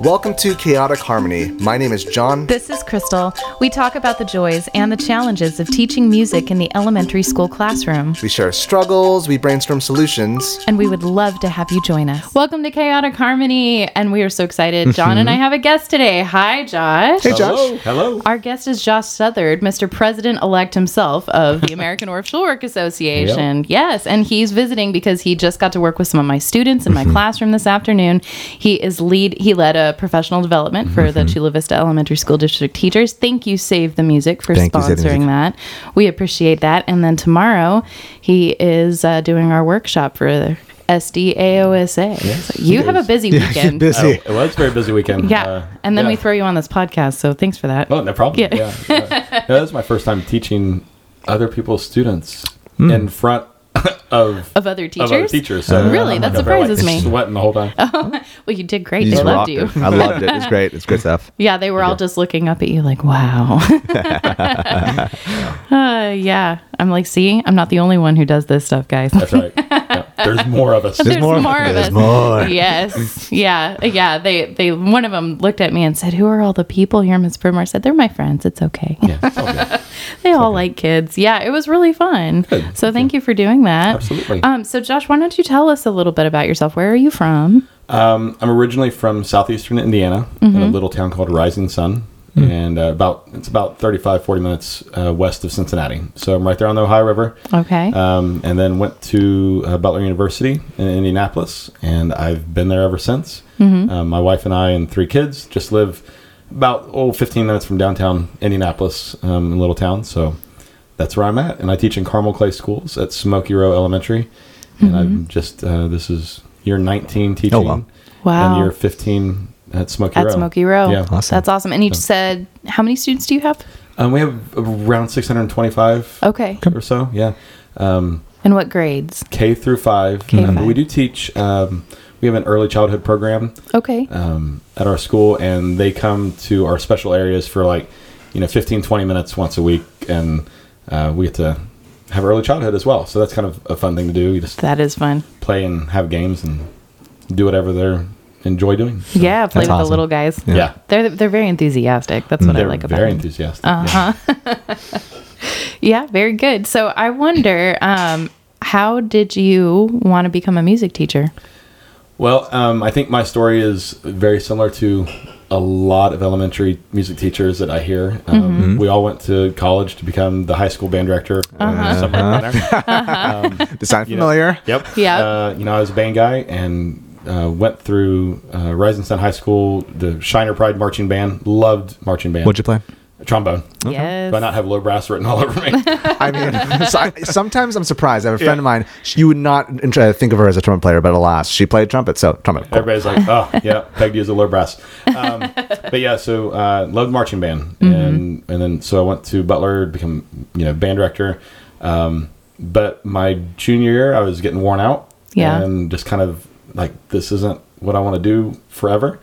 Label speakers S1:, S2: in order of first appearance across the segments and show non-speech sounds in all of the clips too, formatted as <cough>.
S1: Welcome to Chaotic Harmony. My name is John.
S2: This is Crystal. We talk about the joys and the challenges of teaching music in the elementary school classroom,
S1: We share struggles, we brainstorm solutions.
S2: and we would love to have you join us.
S3: Welcome to Chaotic Harmony, and we are so excited. John and I have a guest today. Hi, Josh.
S1: Hey, Josh.
S4: Hello.
S3: Our guest is Josh Southard, Mr. President elect himself of
S1: <laughs>
S3: the American Orchestral Work Association. Yes, and he's visiting because he just got to work with some of my students in
S1: Mm-hmm.
S3: my classroom this afternoon. He is lead he led a professional development for
S1: Mm-hmm.
S3: the Chula Vista Elementary School District teachers. Thank you Save the Music for
S1: Thank you, Save the Music.
S3: sponsoring that. We appreciate that. And then tomorrow he is uh, doing our workshop for the SDAOSA. So you have a
S1: <laughs>
S3: busy weekend.
S4: Oh, it was a very busy weekend.
S3: Yeah.
S4: Uh,
S3: and then
S4: yeah.
S3: we throw you on this podcast, so thanks for that.
S4: Oh, no problem. Yeah. yeah, No, that was my first time teaching other people's students
S1: Hmm.
S4: in front <laughs> of,
S3: of other teachers.
S4: of other teachers. So
S3: Really?
S4: I'm
S3: That
S4: over, like,
S3: surprises me. Oh.
S4: Sweating the whole time.
S3: Well, you did great. they loved you. <laughs>
S5: I loved it. It's great. It's good stuff.
S3: Yeah, they were all just looking up at you like, wow. <laughs> uh, yeah. I'm like, see, I'm not the only one who does this stuff, guys. <laughs>
S4: That's right. Yeah. There's more
S1: <laughs>
S4: of us.
S3: There's more, of
S5: There's
S3: us.
S5: more.
S3: Yes. Yeah. Yeah. They, they, one of them looked at me and said, Who are all the people here? Miss Primar said, They're my friends. It's okay.
S4: Oh, Yeah, it's all good.
S3: <laughs> they all like kids. Yeah. It was really fun. So thank you for doing that.
S4: Absolutely.
S3: Um, so, Josh, why don't you tell us a little bit about yourself? Where are you from?
S4: Um, I'm originally from southeastern Indiana, in
S3: Mm-hmm.
S4: a little town called Rising Sun,
S1: Hmm.
S4: and uh, about it's about 35, 40 minutes uh, west of Cincinnati. So I'm right there on the Ohio River.
S3: Okay.
S4: um, and then went to uh, Butler University in Indianapolis, and I've been there ever since.
S3: Mm-hmm.
S4: Um, my wife and I and three kids just live about oh 15 minutes from downtown Indianapolis, um, in a little town. So that's where I'm at, and I teach in Carmel Clay Schools at Smoky Row Elementary, and
S3: Mm-hmm.
S4: I'm just uh, this is year 19 teaching.
S5: Oh, wow.
S3: Wow.
S4: And year 15 at Smoky Row.
S3: at Smoky Row.
S4: Yeah.
S5: Awesome.
S3: That's awesome. And you said, how many students do you have?
S4: Um, we have around 625
S3: Okay.
S4: or so. Yeah. Um,
S3: And what grades?
S4: K through five.
S3: K
S4: Um,
S3: five.
S4: we do teach. Um, we have an early childhood program
S3: Okay.
S4: um, at our school, and they come to our special areas for like, you know, 15, 20 minutes once a week, and uh, we get to have early childhood as well. So that's kind of a fun thing to do. You just
S3: that is fun.
S4: play and have games and do whatever they're enjoy doing. So,
S3: Yeah, play
S5: That's
S3: with the
S5: awesome.
S3: little guys.
S4: yeah.
S3: They're they're very enthusiastic. That's what
S4: They're
S3: I like about Uh-huh.
S4: very
S3: them.
S4: enthusiastic. yeah.
S3: Yeah, very good. So I wonder, um, how did you want to become a music teacher?
S4: Well, um, I think my story is very similar to a lot of elementary music teachers that I hear. Um,
S5: Mm-hmm.
S4: We all went to college to become the high school band director. Uh, or
S5: Uh-huh.
S4: something
S5: <laughs>
S4: like that.
S5: Does sound familiar?
S4: yep.
S3: Yep.
S4: Uh, you know, I was a band guy and uh, went through uh, Rising Sun High School, the Shiner Pride marching band. Loved marching band.
S5: What'd you play?
S4: Trombone.
S3: Yes.
S4: Do I not have low brass written all over me?
S5: I mean, <laughs>
S1: So I- sometimes I'm surprised. I have a friend of mine. She, you would not int- uh, think of her as a trumpet player, but alas, she played trumpet. So trumpet. cool.
S4: Everybody's like, oh, yeah, pegged you as a low brass. Um, <laughs> but yeah, so uh, loved marching band, and and then so I went to Butler, become you know band director. Um, but my junior year, I was getting worn out,
S3: Yeah.
S4: and just kind of like this isn't what I want to do forever.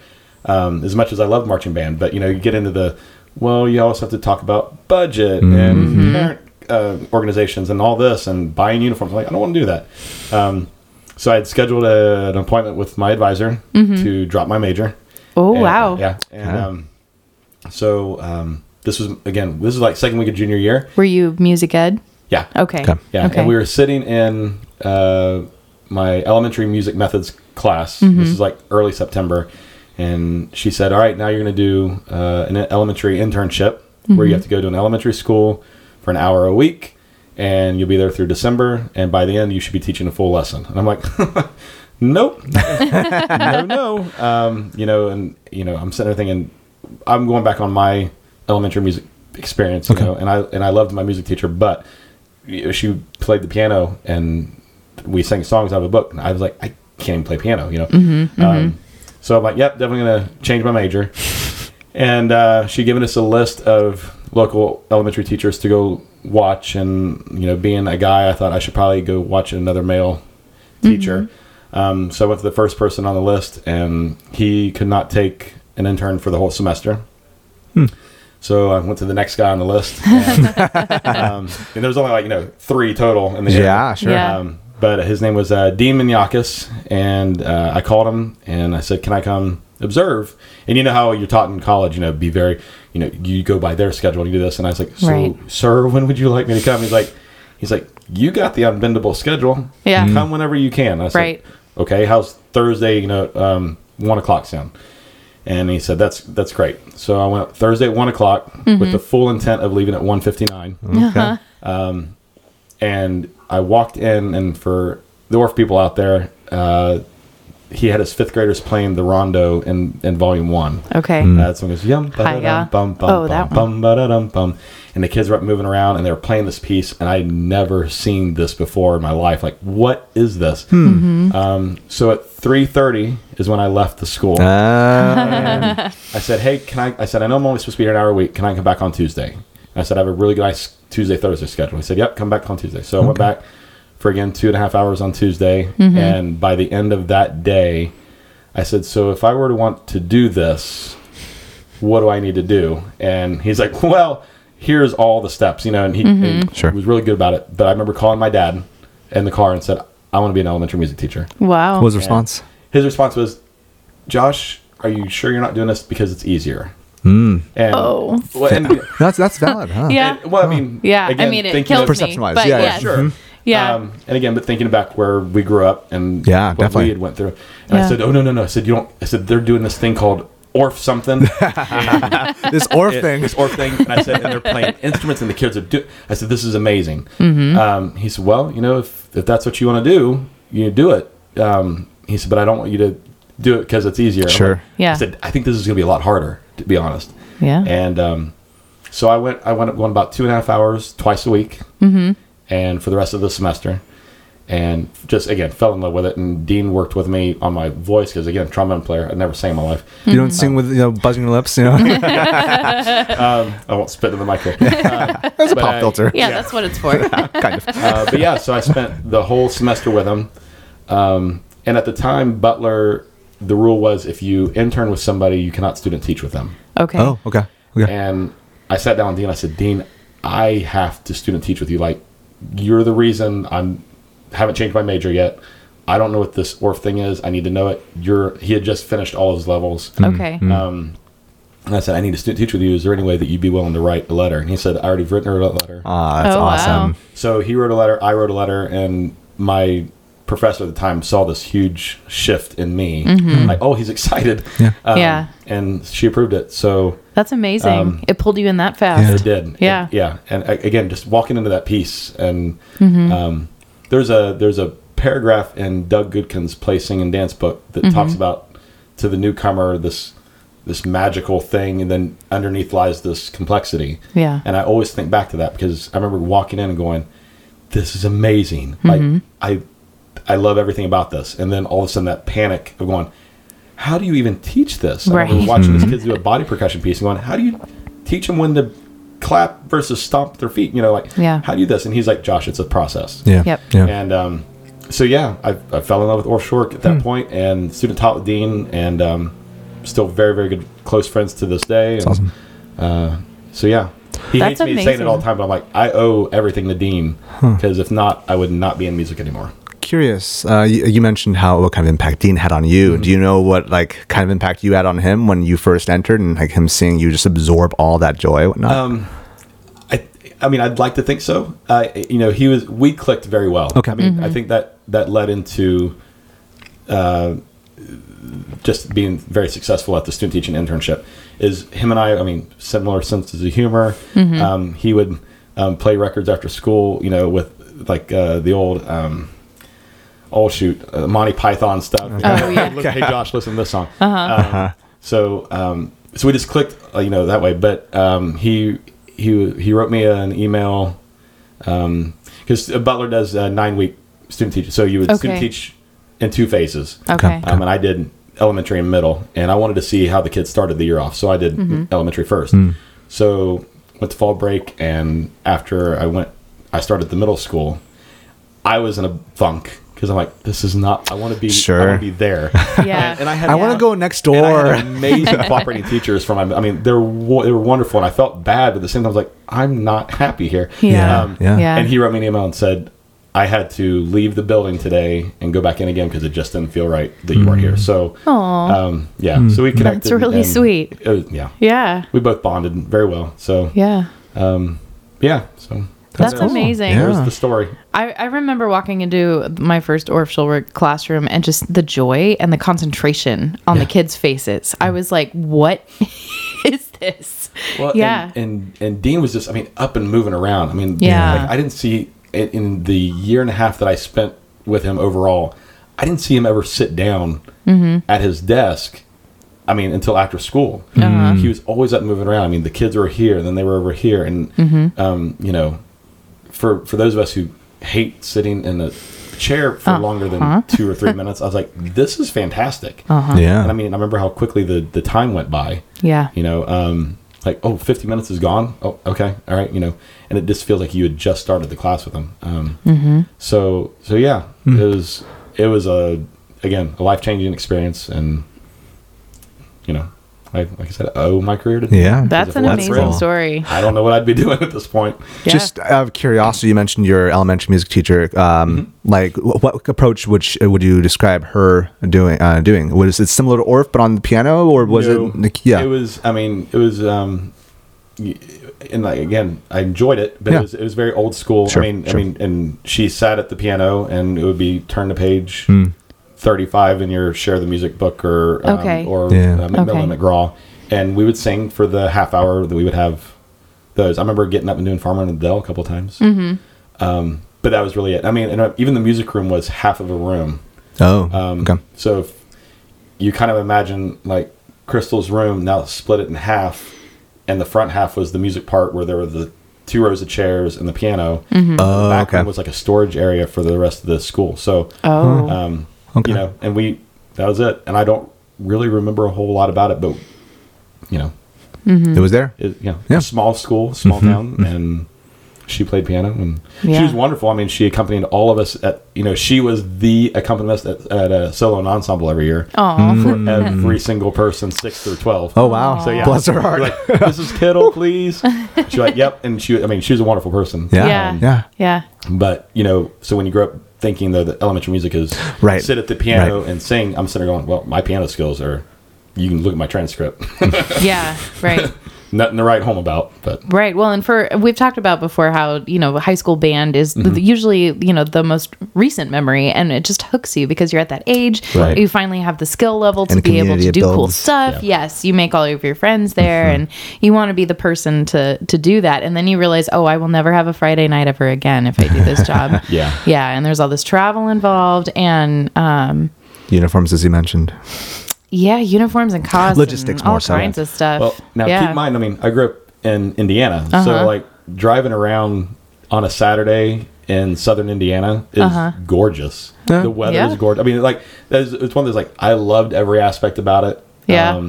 S4: Um, as much as I love marching band, but you know you get into the well, you also have to talk about budget and parent uh, organizations and all this and buying uniforms. I'm like I don't want to do that. Um, so I had scheduled a, an appointment with my advisor to drop my major.
S3: Mm-hmm. oh
S4: And-
S3: wow.
S4: Yeah. And um, so um, this was again, this is like second week of junior year.
S3: Were you music ed?
S4: Yeah.
S3: Okay.
S5: Okay.
S4: Yeah.
S3: Okay.
S4: And we were sitting in uh, my elementary music methods class. This is like early September, and she said, "All right, now you're going to do uh, an elementary internship where you have to go to an elementary school for an hour a week." And you'll be there through December, and by the end, you should be teaching a full lesson. And I'm like, <laughs> nope, <laughs> no, no. Um, you know, and you know, I'm sitting there thinking, I'm going back on my elementary music experience, you know, and I and I loved my music teacher, but you know, uh, she played the piano and we sang songs out of a book, and I was like, I can't even play piano, you know. Um, so I'm like, yep, definitely gonna change my major. And uh, she given us a list of local elementary teachers to go watch, and you know, being a guy, I thought I should probably go watch another male teacher. Um, so I went to the first person on the list, and he could not take an intern for the whole semester. So I went to the next guy on the list, and, um, and there was only like you know three total in the area.
S1: Yeah, sure.
S3: Yeah.
S4: Um, but his name was uh, Dean Minyakis, and uh, I called him and I said, "Can I come observe. And you know how you're taught in college, you know, be very, you know, you go by their schedule and you do this. And I was like, so,
S3: Right.
S4: sir, when would you like me to come? He's like, he's like, you got the unbendable schedule.
S3: Yeah. Mm.
S4: Come whenever you can. I was
S3: Right.
S4: like, okay, how's Thursday, you know, um, one o'clock sound? And he said, that's, that's great. So I went Thursday at one o'clock
S3: Mm-hmm.
S4: with the full intent of leaving at 159
S3: Uh-huh.
S1: Okay.
S4: and I walked in, and for the Orff people out there, uh, he had his fifth graders playing the rondo in, in volume one.
S3: Okay.
S1: Mm.
S4: Uh, that song goes yum ba-da-dum, bum bum
S3: Mm. Oh, that
S4: bum bum ba-da-dum, bum, and the kids were up moving around and they were playing this piece, and I had never seen this before in my life. Like, what is this?
S3: Mm-hmm.
S4: Um, so at three thirty is when I left the school.
S1: Uh,
S4: And I said, "Hey, can I?" I said, "I know I'm only supposed to be here an hour a week. Can I come back on Tuesday?" And I said, "I have a really good nice Tuesday Thursday schedule." He said, "Yep, come back on Tuesday." So I went back for again two and a half hours on Tuesday,
S3: Mm-hmm.
S4: and by the end of that day, I said, "So if I were to want to do this, what do I need to do?" And he's like, <laughs> "Well, here's all the steps, you know." And he,
S3: Mm-hmm.
S4: he
S1: Sure.
S4: was really good about it. But I remember calling my dad in the car and said, "I want to be an elementary music teacher."
S3: Wow.
S1: what was the response?
S4: his response was, "Josh, are you sure you're not doing this because it's easier?" Mm. And,
S3: Oh.
S4: well, and-
S1: <laughs> <laughs> That's that's valid, huh?
S3: yeah.
S4: and- well, I mean,
S3: <laughs> yeah. I
S4: again,
S3: mean, it
S4: thinking
S3: kills
S4: of-
S1: Perception-wise,
S3: me. But
S1: yeah, yeah.
S3: yes.
S4: <laughs> Sure.
S3: Yeah.
S4: Um, and again, but thinking back where we grew up and
S1: Yeah,
S4: what
S1: definitely.
S4: we had went through, and
S3: Yeah.
S4: I said, "Oh no, no, no!" I said, "You don't." I said, "They're doing this thing called." Orf
S1: <laughs>
S4: something,
S1: This orf
S4: it-
S1: thing.
S4: This orf thing. And I said, and they're playing instruments, and the kids are do. I said, this is amazing. Um, he said, well, you know, if, if that's what you want to do, you do it. Um, he said, but I don't want you to do it because it's easier. I'm
S1: Sure.
S4: like-
S3: Yeah.
S4: I said, I think this is going to be a lot harder, to be honest.
S3: Yeah.
S4: And um, so I went. I went went about two and a half hours twice a week, and for the rest of the semester. And just again, fell in love with it. And Dean worked with me on my voice because again, trombone player. I never sang in my life.
S1: <laughs> You don't sing with you know buzzing your lips, you know.
S4: I won't spit in the mic. Uh,
S1: <laughs> That's a
S4: But
S1: pop
S4: I-
S1: filter.
S3: yeah. That's what it's for.
S4: <laughs>
S1: kind of.
S4: uh, but yeah, so I spent the whole semester with him. Um, and at the time, Butler, the rule was if you intern with somebody, you cannot student teach with them.
S3: Okay.
S1: <laughs> Oh, okay. Okay.
S4: And I sat down with Dean. I said, Dean, I have to student teach with you. Like, you're the reason I'm haven't changed my major yet. I don't know what this ORF thing is. I need to know it. You're. He had just finished all his levels.
S1: Hmm.
S3: Okay.
S4: Um, And I said, I need to student teach with you. Is there any way that you'd be willing to write a letter? And he said, I already written her a letter.
S1: Ah, that's
S3: Oh, wow.
S1: awesome.
S4: So he wrote a letter, I wrote a letter, and my professor at the time saw this huge shift in me. Like, oh, he's excited.
S1: Yeah.
S4: Um,
S3: Yeah.
S4: And she approved it. So
S3: That's amazing.
S4: um,
S3: it pulled you in that fast.
S4: it did.
S3: Yeah.
S4: It- yeah. And a- again, just walking into that piece and
S3: Mm-hmm.
S4: um, there's a there's a paragraph in Doug Goodkin's Play Sing and Dance book that
S3: Mm-hmm.
S4: talks about to the newcomer this this magical thing and then underneath lies this complexity.
S3: Yeah.
S4: And I always think back to that because I remember walking in and going, This is amazing.
S3: Mm-hmm.
S4: Like I I love everything about this. And then all of a sudden that panic of going, How do you even teach this? I remember
S3: Right.
S4: watching
S1: Mm-hmm.
S4: these kids do a body percussion piece and going, How do you teach them when to clap versus stomp their feet? You know, like
S3: Yeah.
S4: how do you do this? And he's like, Josh, it's a process.
S1: Yeah.
S3: Yep.
S1: Yeah.
S4: And um, so yeah, I, I fell in love with Orf Shork at that
S1: Hmm.
S4: point, and student taught with Dean, and um, still very very good close friends to this day. And,
S1: awesome.
S4: Uh, so yeah, he
S3: That's
S4: hates me saying it all the
S3: amazing.
S4: time, but I'm like, I owe everything to Dean because if not, I would not be in music anymore.
S1: Curious. Uh, you, you mentioned how what kind of impact Dean had on you. Do you know what like kind of impact you had on him when you first entered, and like him seeing you just absorb all that joy, and whatnot?
S4: I, I mean, I'd like to think so. Uh, you know, he was we clicked very well.
S1: Okay.
S4: I mean,
S3: Mm-hmm.
S4: I think that that led into uh, just being very successful at the student teaching internship. Is him and I? I mean, similar senses of humor.
S3: Mm-hmm.
S4: Um, he would um, play records after school. You know, with like uh, the old. Um, Oh shoot, uh, Monty Python stuff.
S3: Oh, yeah.
S4: <laughs> Look, hey Josh, listen to this song. Uh-huh. So um, so we just clicked, uh, you know, that way. But um, he he he wrote me an email because Butler does uh, nine week student teach. So you would
S3: Okay.
S4: student teach in two phases.
S3: Okay.
S4: Um, and I did elementary and middle, and I wanted to see how the kids started the year off. So I did
S3: Mm-hmm.
S4: elementary first. So went to fall break, and after I went, I started the middle school. I was in a funk because I'm like, this is not. I want to be. I
S1: Sure.
S4: want to be there.
S3: <laughs> Yeah.
S4: Um, And, and I had.
S1: I want to go next door.
S4: And I had <laughs> amazing cooperating teachers from. I mean, they're wo- they were wonderful, and I felt bad, but at the same time, I was like, I'm not happy here.
S3: Yeah.
S1: Yeah.
S3: Yeah.
S4: And he wrote me an email and said, I had to leave the building today and go back in again because it just didn't feel right that you weren't here. So,
S3: Mm. Aw.
S4: um, yeah. So we connected.
S3: really
S4: and
S3: sweet.
S4: it was- yeah,
S3: Yeah.
S4: we both bonded very well. So,
S3: Yeah.
S4: um, yeah. So
S3: That's,
S4: cool.
S3: amazing.
S1: Yeah.
S4: There's the story.
S3: I, I remember walking into my first Orff Schulwerk classroom and just the joy and the concentration on the kids' faces. I was like, what <laughs> is this?
S4: Well,
S3: yeah.
S4: And, and and Dean was just, I mean, up and moving around. I mean,
S3: Yeah.
S4: like, I didn't see it in the year and a half that I spent with him overall. I didn't see him ever sit down
S3: Mm-hmm.
S4: at his desk. I mean, until after school,
S3: Uh-huh.
S4: he was always up moving around. I mean, the kids were here, then they were over here, and
S3: Mm-hmm.
S4: um, you know, for for those of us who hate sitting in a chair for
S3: Uh-huh.
S4: longer than two or three minutes, I was like, this is fantastic.
S3: Uh-huh.
S1: Yeah.
S4: And I mean, I remember how quickly the the time went by
S3: yeah.
S4: you know um like oh 50 minutes is gone oh okay all right you know and it just feels like you had just started the class with them um so so yeah it was it was a again a life-changing experience and you know I, like i said I owe my career to them.
S1: Yeah.
S3: That's an
S4: That's
S3: amazing
S4: cool.
S3: story.
S4: i don't know what i'd be <laughs> doing at this point
S3: Yeah.
S1: Just out of curiosity, you mentioned your elementary music teacher. Um,
S3: Mm-hmm.
S1: Like, wh- what approach would sh would you describe her doing? Uh, doing was it similar to Orff, but on the piano, or was
S4: No,
S1: it? Like, yeah,
S4: it was i mean it was um y- and like again i enjoyed it but
S1: Yeah.
S4: it, was, it was very old school
S1: Sure,
S4: i mean
S1: sure.
S4: i mean and she sat at the piano and it would be turn to page
S1: Hmm.
S4: 35 in your share the music book or um,
S3: Okay.
S4: or
S1: Yeah.
S4: uh, mcmillan
S3: Okay.
S4: mcgraw and we would sing for the half hour that we would have those i remember getting up and doing farmer and the dell a couple times
S3: Mm-hmm.
S4: um but that was really it i mean and uh, even the music room was half of a room
S1: oh,
S4: um,
S1: okay.
S4: So if you kind of imagine like Crystal's room now split it in half, and the front half was the music part where there were the two rows of chairs and the piano.
S3: Mm-hmm.
S4: and the back
S1: Oh, okay.
S4: room was like a storage area for the rest of the school. So,
S3: oh.
S1: hmm.
S4: um,
S1: Okay.
S4: you know, and we that was it. And I don't really remember a whole lot about it, but you know,
S3: Mm-hmm.
S1: It was there.
S4: it, you know,
S1: Yeah. Mm-hmm.
S4: small school, small town, and she played piano and
S3: Yeah.
S4: she was wonderful. I mean, she accompanied all of us at you know she was the accompanist at, at a solo and ensemble every year
S3: Aw.
S1: Hmm.
S4: for every single person, six through twelve.
S1: Oh wow!
S4: So yeah,
S1: bless her
S4: We're
S1: heart.
S4: Like, Mrs. Kittle, please. She's like, yep. And she, I mean, she was a wonderful person.
S1: Yeah.
S3: Yeah.
S1: Yeah.
S3: Yeah.
S4: But you know, so when you grow up thinking though that elementary music is
S1: Right.
S4: sit at the piano and sing, I'm sitting there going, well, my piano skills are. You can look at my transcript. <laughs>
S3: Yeah. Right.
S4: Nothing to write home about, but
S3: Right. Well, and for we've talked about before how you know high school band is
S1: Mm-hmm.
S3: th- usually you know the most recent memory, and it just hooks you because you're at that age.
S4: Right.
S3: You finally have the skill level to
S1: And
S3: be able
S1: community Mm-hmm.
S3: to do
S1: it
S3: cool
S1: builds.
S3: stuff.
S4: Yeah.
S3: Yes, you make all of your friends there, and you want to be the person to to do that. And then you realize, oh, I will never have a Friday night ever again if I do this
S1: <laughs>
S3: job.
S4: Yeah.
S3: Yeah. And there's all this travel involved, and um,
S1: Uniforms, as you mentioned.
S3: yeah, uniforms and costs,
S1: Logistics
S3: and all
S1: more so.
S3: kinds of stuff.
S4: Well, now
S3: yeah.
S4: keep in mind, I mean, I grew up in Indiana,
S3: Uh-huh.
S4: so like driving around on a Saturday in southern Indiana is gorgeous. The weather
S3: Uh-huh. Yeah.
S4: is gorgeous. I mean, like that is, it's one of those like I loved every aspect about it. Um,
S3: Yeah.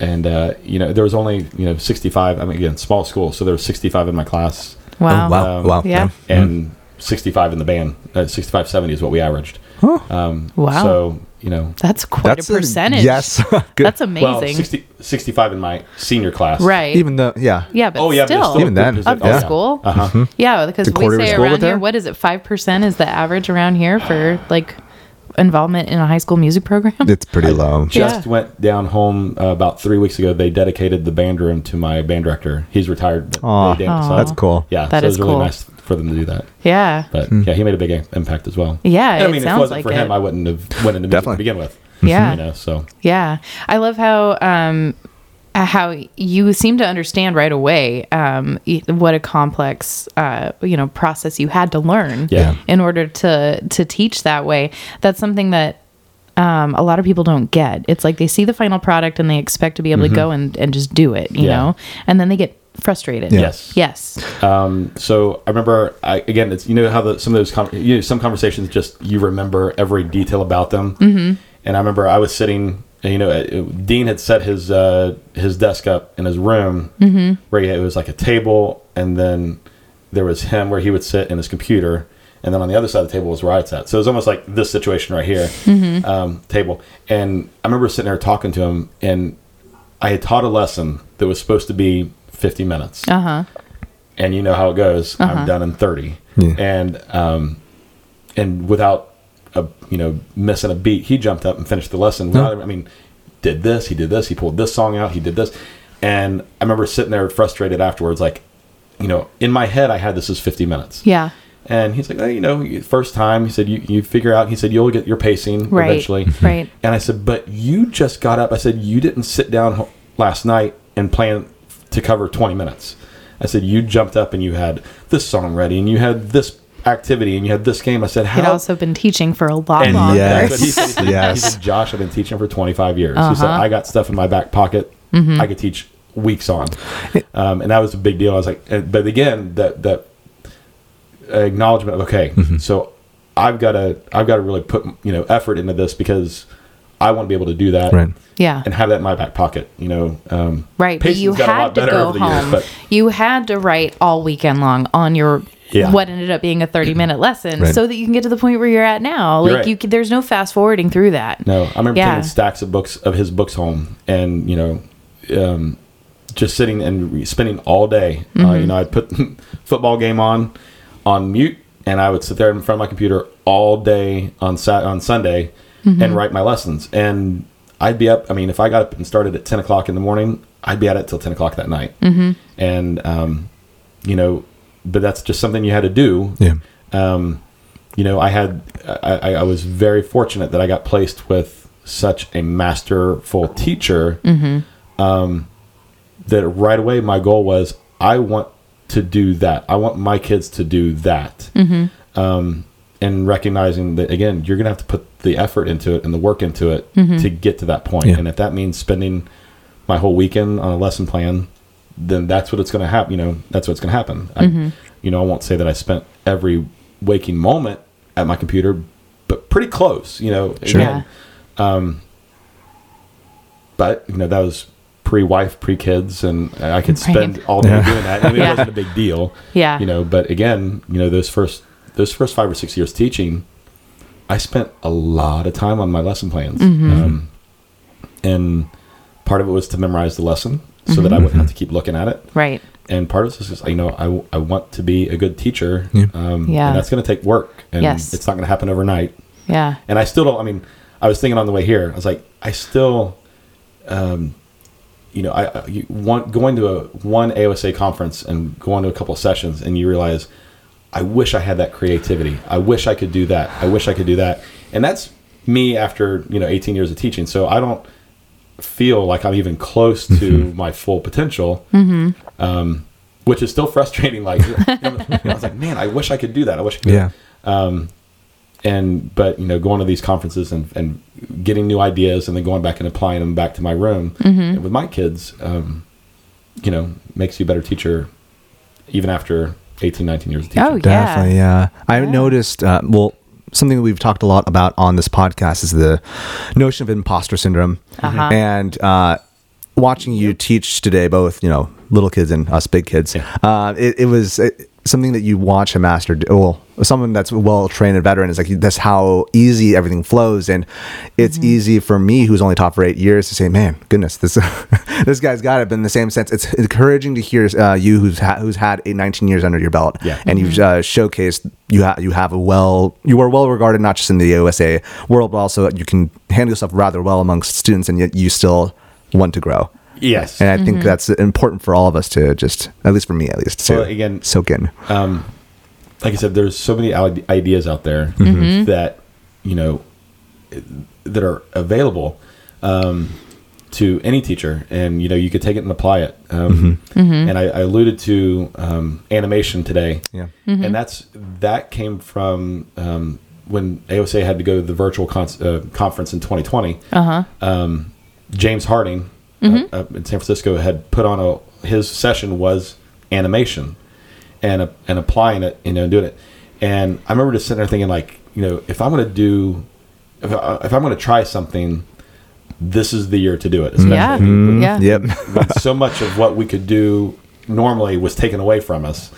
S4: and uh, you know, there was only you know 65. I mean, again, small school, so there was 65 in my class
S3: Wow.
S1: Oh, wow.
S4: Um,
S1: wow.
S3: Yeah.
S1: Mm-hmm.
S4: and 65 in the band. Uh, 65, 70 is what we averaged. Um,
S3: Wow.
S4: So you know,
S3: That's quite
S1: That's
S3: a percentage.
S1: yes. <laughs> Good.
S3: That's amazing.
S4: well, 60, 65 in my senior class.
S3: right.
S1: Even though, yeah.
S3: yeah, but
S4: Oh yeah,
S3: still,
S1: Even then. Mm-hmm.
S3: of the
S1: Yeah.
S3: school.
S4: Uh huh.
S3: Yeah, because
S1: The
S3: we
S1: quarter of
S3: say
S1: school
S3: around
S1: up there?
S3: here, what is it? Five percent is the average around here for like involvement in a high school music program.
S1: It's pretty low.
S4: just
S3: Yeah.
S4: went down home uh, about three weeks ago. They dedicated the band room to my band director. He's retired. But
S1: Aw,
S4: they didn't,
S1: that's cool.
S4: Yeah,
S3: That
S4: so
S3: is
S4: it was really
S3: cool.
S4: nice for them to do that.
S3: yeah,
S4: But yeah, he made a big im- impact as well.
S3: Yeah,
S4: And,
S3: it
S4: I mean, if
S3: sounds
S4: it wasn't
S3: like
S4: for
S3: it.
S4: him, I wouldn't have went into music
S1: Definitely.
S4: to begin with.
S3: Yeah.
S4: you know, so
S3: yeah. I love how um, uh, how you seem to understand right away um, e- what a complex uh, you know process you had to learn
S4: Yeah.
S3: in order to to teach that way. That's something that. Um, a lot of people don't get. It's like they see the final product and they expect to be able to go and, and just do it, you
S4: Mm-hmm. Yeah.
S3: know, and then they get frustrated.
S4: Yes.
S3: Yes.
S4: so I remember I, again. It's you know how the, some of those con you know, some conversations just you remember every detail about them. Mm-hmm. And I remember I was sitting. and, You know, it- it- Dean had set his uh, his desk up in his room where he, it was like a table, and then there was him where he would sit and his computer, and then on the other side of the table was where I sat. So it was almost like this situation right here, um, table. And I remember sitting there talking to him, and I had taught a lesson that was supposed to be fifty minutes
S3: Uh huh.
S4: and you know how it goes. I'm done in 30. And um, and without a you know missing a beat, he jumped up and finished the lesson. Without, I mean, did this, he did this, he pulled this song out, he did this, and I remember sitting there frustrated afterwards, like, you know, in my head I had this as 50 minutes.
S3: Yeah.
S4: And he's like, oh, you know, you- first time, he said, you, you figure out, he said, you'll get your pacing
S3: Right.
S4: eventually.
S3: Right.
S4: And I said, but you just got up. I said, you didn't sit down h- last night and plan to cover 20 minutes. I said, you jumped up and you had this song ready and you had this activity and you had this game. I said, how?
S6: He'd also been teaching for a lot
S4: and
S6: longer.
S4: that's what he said. He said- he
S1: Yes.
S4: said, Josh, I've been teaching for 25 years. He
S3: Uh-huh.
S4: said, I got stuff in my back pocket
S3: Mm-hmm.
S4: I could teach weeks on. Um, and that was a big deal. I was like, and- but again, that, that acknowledgement of, okay,
S3: Mm-hmm.
S4: so I've got to, I've got to really put, you know, effort into this because I want to be able to do that
S1: Right.
S3: Yeah.
S4: and have that in my back pocket, you know? Um,
S3: Right, but
S4: Pacing's
S3: you
S4: got a
S3: had
S4: lot
S3: to
S4: better
S3: go
S4: over the years,
S3: home.
S4: but-
S3: you had to write all weekend long on your
S4: Yeah.
S3: what ended up being a thirty-minute lesson,
S1: Right.
S3: so that you can get to the point where you're at now.
S4: You're
S3: Like
S4: right.
S3: you, can, there's no fast forwarding through that.
S4: No, I remember
S3: Yeah.
S4: taking stacks of books of his books home, and you know, um, just sitting and re- spending all day. Uh,
S3: Mm-hmm.
S4: you know, I'd put <laughs> football game on on mute, and I would sit there in front of my computer all day on sat on Sunday
S3: Mm-hmm.
S4: and write my lessons. And I'd be up. I mean, if I got up and started at ten o'clock in the morning, I'd be at it till ten o'clock that night. Mm-hmm. And um, you know, but that's just something you had to do
S1: Yeah.
S4: um, you know, I had I, I- I was very fortunate that I got placed with such a masterful teacher um, that right away my goal was I want to do that. I want my kids to do that. Um, and recognizing that again, you're gonna have to put the effort into it and the work into it to get to that point.
S1: Yeah.
S4: And if that means spending my whole weekend on a lesson plan, then that's what it's going to happen. You know, that's what's going to happen.
S3: Mm-hmm.
S4: I, you know, I won't say that I spent every waking moment at my computer, but pretty close. You know,
S1: Sure.
S4: again. but you know that was pre-wife, pre-kids, and I could spend all day doing that. I mean,
S3: Yeah.
S4: it wasn't a big deal.
S3: Yeah.
S4: you know, but again, you know, those first those first five or six years teaching, I spent a lot of time on my lesson plans.
S3: Mm-hmm.
S4: Um, and part of it was to memorize the lesson so that
S3: Mm-hmm.
S4: I wouldn't have to keep looking at it.
S3: Right.
S4: And part of it was just, you know, I, I want to be a good teacher.
S1: Yeah.
S4: Um,
S3: Yeah.
S4: And that's going to take work. And
S3: Yes.
S4: it's not going to happen overnight.
S3: Yeah.
S4: And I still don't, I mean, I was thinking on the way here, I was like, I still, um, you know, I, I you want going to a one AOSA conference and going to a couple of sessions and you realize, I wish I had that creativity. I wish I could do that. I wish I could do that. And that's me after, you know, 18 years of teaching. So I don't feel like I'm even close to my full potential. Um, which is still frustrating. Like, <laughs> I was like, man, I wish I could do that. I wish I could. do
S1: Yeah.
S4: and but you know going to these conferences and, and getting new ideas and then going back and applying them back to my room and with my kids um, you know makes you a better teacher even after 18 19 years of teaching
S3: Oh yeah.
S1: Definitely, yeah. I noticed, uh, well, something that we've talked a lot about on this podcast is the notion of imposter syndrome.
S3: Uh-huh.
S1: And uh, watching you teach today, both, you know, little kids and us big kids,
S4: Yeah.
S1: uh, it, it was uh something that you watch a master do. Well, someone that's well trained and veteran is like, that's how easy everything flows. And it's
S3: Mm-hmm.
S1: easy for me, who's only taught for eight years, to say, man, goodness, this <laughs> this guy's got it. But in the same sense, it's encouraging to hear uh, you who's, ha- who's had eight, 19 years under your belt
S4: Yeah.
S1: and you've uh, showcased you ha- you have a well you are well regarded not just in the USA world but also you can handle yourself rather well amongst students and yet you still want to grow
S4: yes
S1: and I think that's important for all of us to just at least for me at least to
S4: Well, again- uh,
S1: soak in
S4: like I said, there's so many ide- ideas out there that you know that are available um, to any teacher, and you know you could take it and apply it. Um, And I, I alluded to um, animation today,
S1: Yeah.
S4: and that's that came from um, when AOSA had to go to the virtual con- uh, conference in 2020. Uh-huh. Um, James Harding uh, up in San Francisco had put on a his session was animation and a- and applying it, you know, and doing it. And I remember just sitting there thinking, like, you know, if I'm gonna do, if, I, if I'm gonna try something, this is the year to do it. especially
S3: Yeah. Mm-hmm.
S4: Mm-hmm.
S3: Yeah.
S4: <laughs>
S1: yep
S4: when
S3: <laughs>
S4: so much of what we could do normally was taken away from us.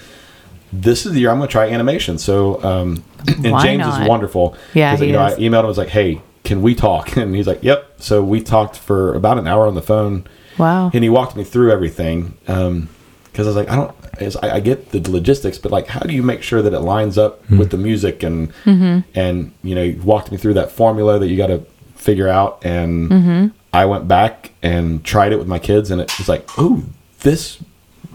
S4: This is the year I'm going to try animation. So,
S3: <clears throat>
S4: um, and
S3: Why
S4: James
S3: not?
S4: is wonderful.
S3: Yeah,
S4: 'Cause,
S3: he
S4: you know,
S3: is.
S4: I emailed him. I was like, "Hey, can we talk?" <laughs> And he's like, "Yep." So we talked for about an hour on the phone.
S3: Wow.
S4: And he walked me through everything because um, I was like, "I don't." is I, I get the logistics, but like, how do you make sure that it lines up with the music and and you know, you walked me through that formula that you got to figure out, and I went back and tried it with my kids, and it was like, oh, this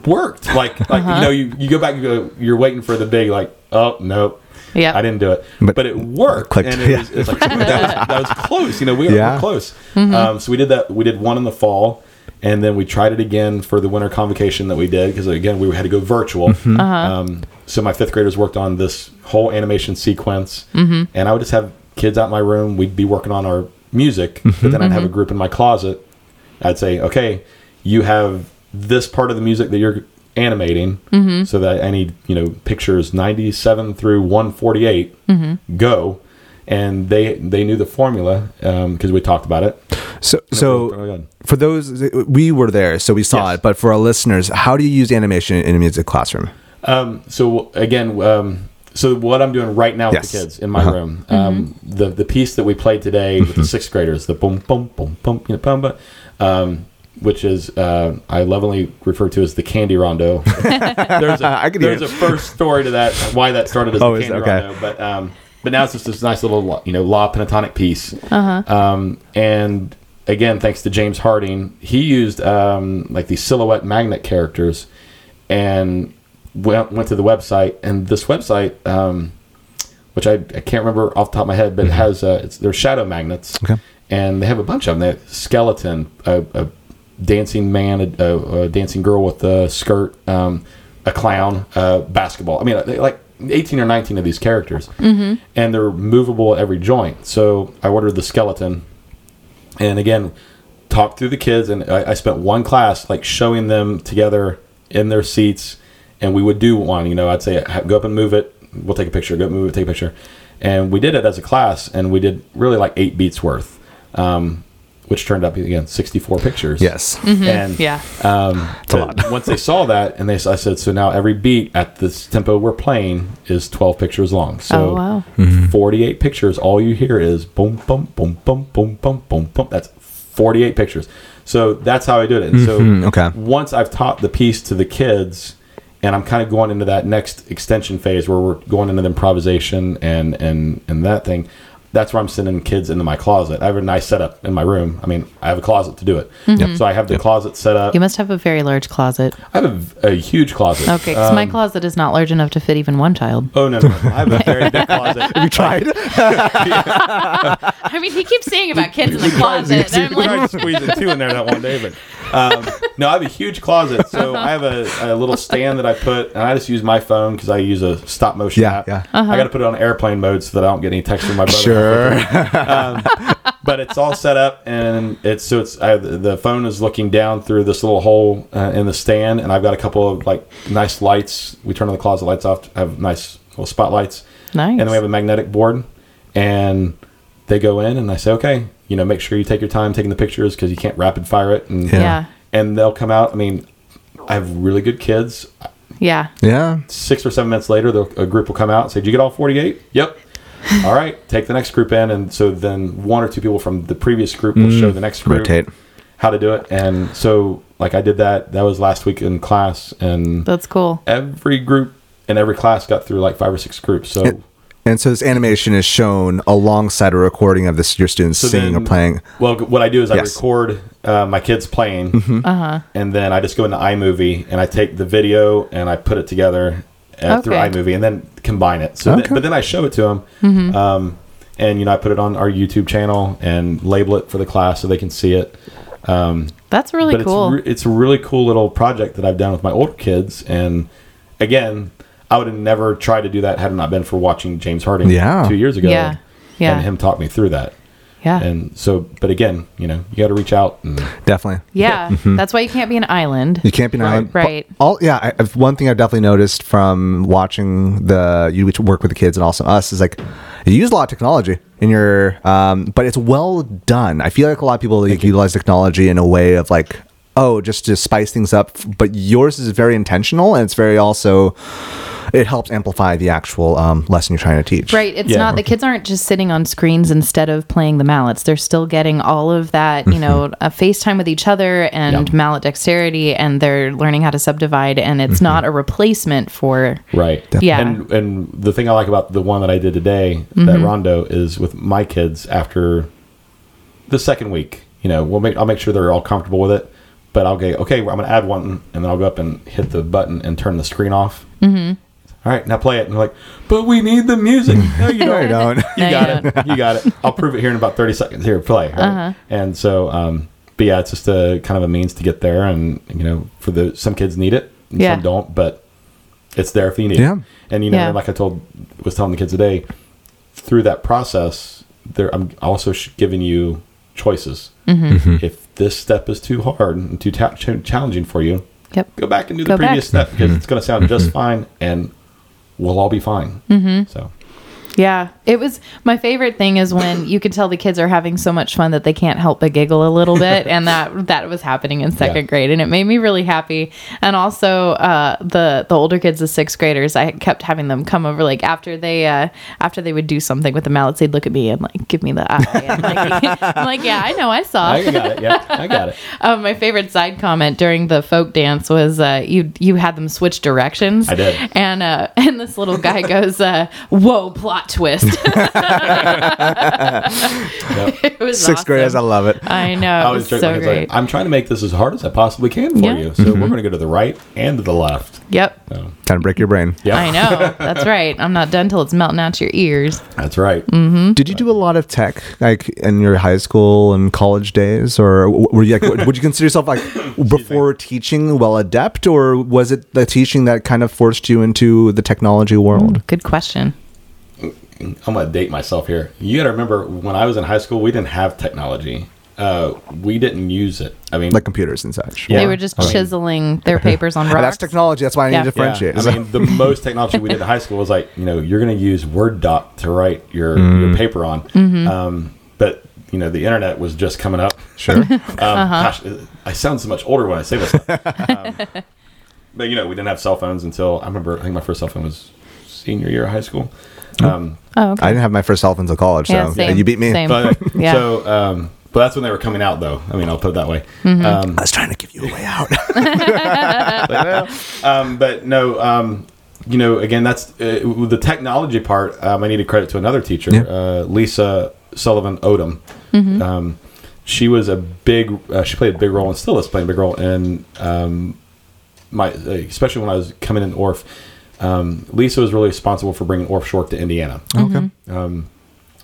S4: worked. Like, like you know, you, you go back, and go, you're waiting for the big like, oh no.
S3: Yep.
S4: I didn't do it, but,
S1: But-
S4: it worked,
S1: Clicked.
S4: and it
S1: Yeah.
S4: was, it was like that, was, that was close. You know, we
S1: Yeah.
S4: were close. Um, so we did that. We did one in the fall, and then we tried it again for the winter convocation that we did because again we had to go virtual.
S1: Mm-hmm.
S4: Um, so my fifth graders worked on this whole animation sequence, and I would just have kids out in my room. We'd be working on our music,
S1: Mm-hmm.
S4: but then I'd have a group in my closet. I'd say, okay, you have this part of the music that you're animating, so that I need you know pictures 97 through 148. Go. And they they knew the formula because we talked about it.
S1: So,
S4: go ahead.
S1: so for those, uh, we were there, so we saw
S4: Yes.
S1: it. But for our listeners, how do you use animation in a music classroom?
S4: Um, so again, um, so what I'm doing right now with the
S1: Yes. Uh-huh.
S4: kids in my room, um, the the piece that we played today with
S1: Mm-hmm.
S4: the sixth graders, the boom boom boom boom, you know, boom, boom, um, which is uh, I lovingly refer to as the candy rondo.
S1: <laughs>
S4: there's a,
S1: I can hear
S4: there's
S1: it.
S4: a first story to that why that started as
S1: Oh,
S4: the
S1: is-
S4: candy
S1: okay.
S4: rondo, but um, but now it's just this nice little you know law pentatonic piece. Um, and again, thanks to James Harding, he used um, like these silhouette magnet characters, and went went to the website. And this website, um, which I, I can't remember off the top of my head, but it has uh, it's they're shadow magnets,
S1: Mm-hmm. Okay.
S4: and they have a bunch of them. They have skeleton, a, a dancing man, a, a, a dancing girl with a skirt, um, a clown, uh, basketball. I mean, they- like. 18 or 19 of these characters mm-hmm. and they're movable at every joint so i ordered the skeleton and again talked through the kids and I, I spent one class like showing them together in their seats and we would do one you know i'd say "Ha- go up and move it we'll take a picture go up and move it take a picture and we did it as a class and we did really like eight beats worth um, which turned up again 64 pictures
S1: Yes. <laughs>
S4: and
S3: Mm-hmm. Yeah.
S4: um, but once they saw that, and they, s- I said, so now every beat at this tempo we're playing is 12 pictures long. So
S3: Oh, wow.
S4: 48 pictures. All you hear is boom, boom, boom, boom, boom, boom, boom, boom. That's 48 pictures. So that's how I did it. And so
S1: okay.
S4: once I've taught the piece to the kids, and I'm kind of going into that next extension phase where we're going into the improvisation and and and that thing. That's where I'm sending kids into my closet. I have a nice setup in my room. I mean, I have a closet to do it.
S3: Mm-hmm.
S4: So I have the closet set up.
S3: You must have a very large closet.
S4: I have a, a huge closet. Um,
S3: Okay, 'cause my closet is not large enough to fit even one
S4: <laughs>
S3: child.
S4: Oh no, no, no. I have a
S3: <laughs>
S4: very big closet.
S1: We tried.
S3: I mean, he keeps saying about kids in <laughs> the
S4: We tried-
S3: closet.
S4: <laughs>
S3: and I'm
S4: we tried
S3: like,
S4: squeezing two in there that one day, but um, no, I have a huge closet. So I have a, a little stand that I put, and I just use my phone because I use a stop motion
S1: Yeah,
S4: app.
S1: yeah.
S3: Uh-huh.
S4: I got to put it on airplane mode so that I don't get any text from my brother.
S1: Sure.
S4: but it's all set up and it's so it's I, the phone is looking down through this little hole uh, in the stand and i've got a couple of like nice lights we turn on the closet lights off I have nice little spotlights
S3: Nice.
S4: and then we have a magnetic board and they go in and i say okay you know make sure you take your time taking the pictures because you can't rapid fire it and
S1: Yeah.
S3: yeah,
S4: and they'll come out i mean i have really good kids
S3: yeah.
S1: Yeah.
S4: six or seven minutes later, they'll- a group will come out and say, "Did you get all 48?"
S1: <laughs>
S4: Yep. all right, take the next group in, and so then one or two people from the previous group will show the next group
S1: Mm. rotate.
S4: how to do it, and so like I did that. That was last week in class, and
S3: That's cool.
S4: every group in every class got through like five or six groups. So
S1: And so this animation is shown alongside a recording of this your students
S4: so
S1: singing
S4: then-
S1: or playing.
S4: Well, what I do is I
S1: Yes. Mm-hmm.
S4: record uh, my kids playing,
S3: Uh-huh.
S4: and then I just go into iMovie and I take the video and I put it together uh, through
S3: Okay.
S4: iMovie and then combine it. So, th-
S1: Okay.
S4: but then I show it to them,
S3: Mm-hmm.
S4: um, and you know I put it on our YouTube channel and label it for the class so they can see it.
S3: That's really
S4: but
S3: cool.
S4: it's re- it's a really cool little project that I've done with my older kids, and again, I would have never tried to do that had it not been for watching James Harding
S1: Yeah.
S4: two years ago.
S3: Yeah. Yeah.
S4: and him taught me through that.
S3: yeah.
S4: And so, but again, you know, you got to reach out. And,
S1: Definitely.
S3: yeah. That's why you can't be an island.
S1: You can't be an
S4: Right,
S1: island.
S3: right.
S1: But All yeah. I, I've- one thing I've definitely noticed from watching the you which work with the kids and also us is like you use a lot of technology in your, um, but it's well done. I feel like a lot of people like, utilize technology in a way of like, oh, just to spice things up. But yours is very intentional and it's very also it helps amplify the actual um, lesson you're trying to teach.
S3: Right. It's
S4: Yeah.
S3: not the kids aren't just sitting on screens instead of playing the mallets. They're still getting all of that, you know, a FaceTime with each other and
S4: Mm-hmm. Yeah.
S3: mallet dexterity and they're learning how to subdivide and it's
S4: Mm-hmm.
S3: not a replacement for
S4: Right.
S3: Yeah.
S4: And and the thing I like about the one that I did today, that rondo, is with my kids after the second week. You know, we'll make I'll make sure they're all comfortable with it. But I'll go okay. well, I'm gonna add one, and then I'll go up and hit the button and turn the screen off. Mm-hmm. right, now play it. And they're like, but we need the music. No, you
S1: No, you
S4: don't.
S1: don't.
S4: You
S3: No,
S4: got
S3: you
S4: it. You got it. I'll prove it here in about 30 seconds. Here, play. right?
S3: Uh-huh.
S4: And so, um, but yeah, it's just a kind of a means to get there. And, you know, for the, some kids need it and
S3: Yeah.
S4: some don't, but it's there if you need
S1: Yeah.
S4: it. And, you know,
S3: Yeah.
S4: like I told, was telling the kids today, through that process, there, I'm also sh- giving you choices.
S3: Mm-hmm.
S4: If this step is too hard and too ta- ch- challenging for you,
S3: Yep.
S4: go back and do
S3: Go
S4: the previous
S3: back.
S4: step because it's going to sound just fine and we'll all be fine. Mm-hmm. So,
S3: Yeah. It was my favorite thing is when you can tell the kids are having so much fun that they can't help but giggle a
S4: <laughs>
S3: little bit. And that that was happening in second
S4: Yeah.
S3: grade. And it made me really happy. And also uh the the older kids, the sixth graders, I kept having them come over like after they uh after they would do something with the mallets, they'd look at me and like give me the eye. And, like, <laughs> I'm like, yeah, I know, I saw. <laughs>
S4: I got it. Yeah, I got it.
S3: Um, my favorite side comment during the folk dance was uh, you you had them switch directions.
S4: I did.
S3: and uh, <laughs> and this little guy goes, uh, "Whoa, plot twist!" <laughs> it was
S1: <laughs> Sixth
S3: awesome.
S1: graders, I love it.
S3: I know.
S4: I
S3: It
S4: was
S3: was
S4: joking.
S3: so
S4: like, I was
S3: great.
S4: like, I'm trying to make this as hard as I possibly can for
S3: Yeah. Mm-hmm.
S4: you. So we're going to go to the right and to the left.
S3: yep.
S4: So,
S1: Kind of break your brain.
S4: yeah,
S3: I know. That's right. I'm not done till it's melting out your ears.
S4: That's right.
S3: Mm.
S1: Did you do a lot of tech, like in your high school and college days, or w- were you like, would you consider yourself <laughs> like before teaching well adept, or was it the teaching that kind of forced you into the technology world?
S3: Good question.
S4: I'm going to date myself here. You got to remember when I was in high school, we didn't have technology. Uh, we didn't use it. I mean,
S1: Like computers and such.
S4: Yeah.
S3: They were just
S4: I mean-
S3: chiseling their papers on
S1: And <laughs> That's
S3: rocks.
S1: technology. That's why I need
S3: Yeah.
S1: to differentiate.
S4: Yeah, I mean, the most technology we did in high school was like, you know, you're going to use Word doc to write your, your paper on. Um, but, you know, the internet was just coming up.
S1: sure.
S4: Um, Gosh, I sound so much older when I say this. um, but, you know, we didn't have cell phones until I remember, I think my first cell phone was senior year of high school. Um,
S3: oh, okay.
S1: I didn't have my first cell phone until college, so
S3: Yeah, same,
S1: you beat me.
S3: same.
S4: but,
S3: <laughs> Yeah.
S4: So, um, but that's when they were coming out, though. I mean, I'll put it that way. Um,
S1: I was trying to give you a
S3: <laughs>
S1: way out.
S4: um, but no, um, you know, again, that's uh, with the technology part. Um, I need to credit to another teacher,
S1: Yeah.
S4: uh, Lisa Sullivan Odom. Um, she was a big. Uh, she played a big role and still is playing a big role in um, my, especially when I was coming in Orf. Um, Lisa was really responsible for bringing Orf Short to Indiana Um,
S1: okay.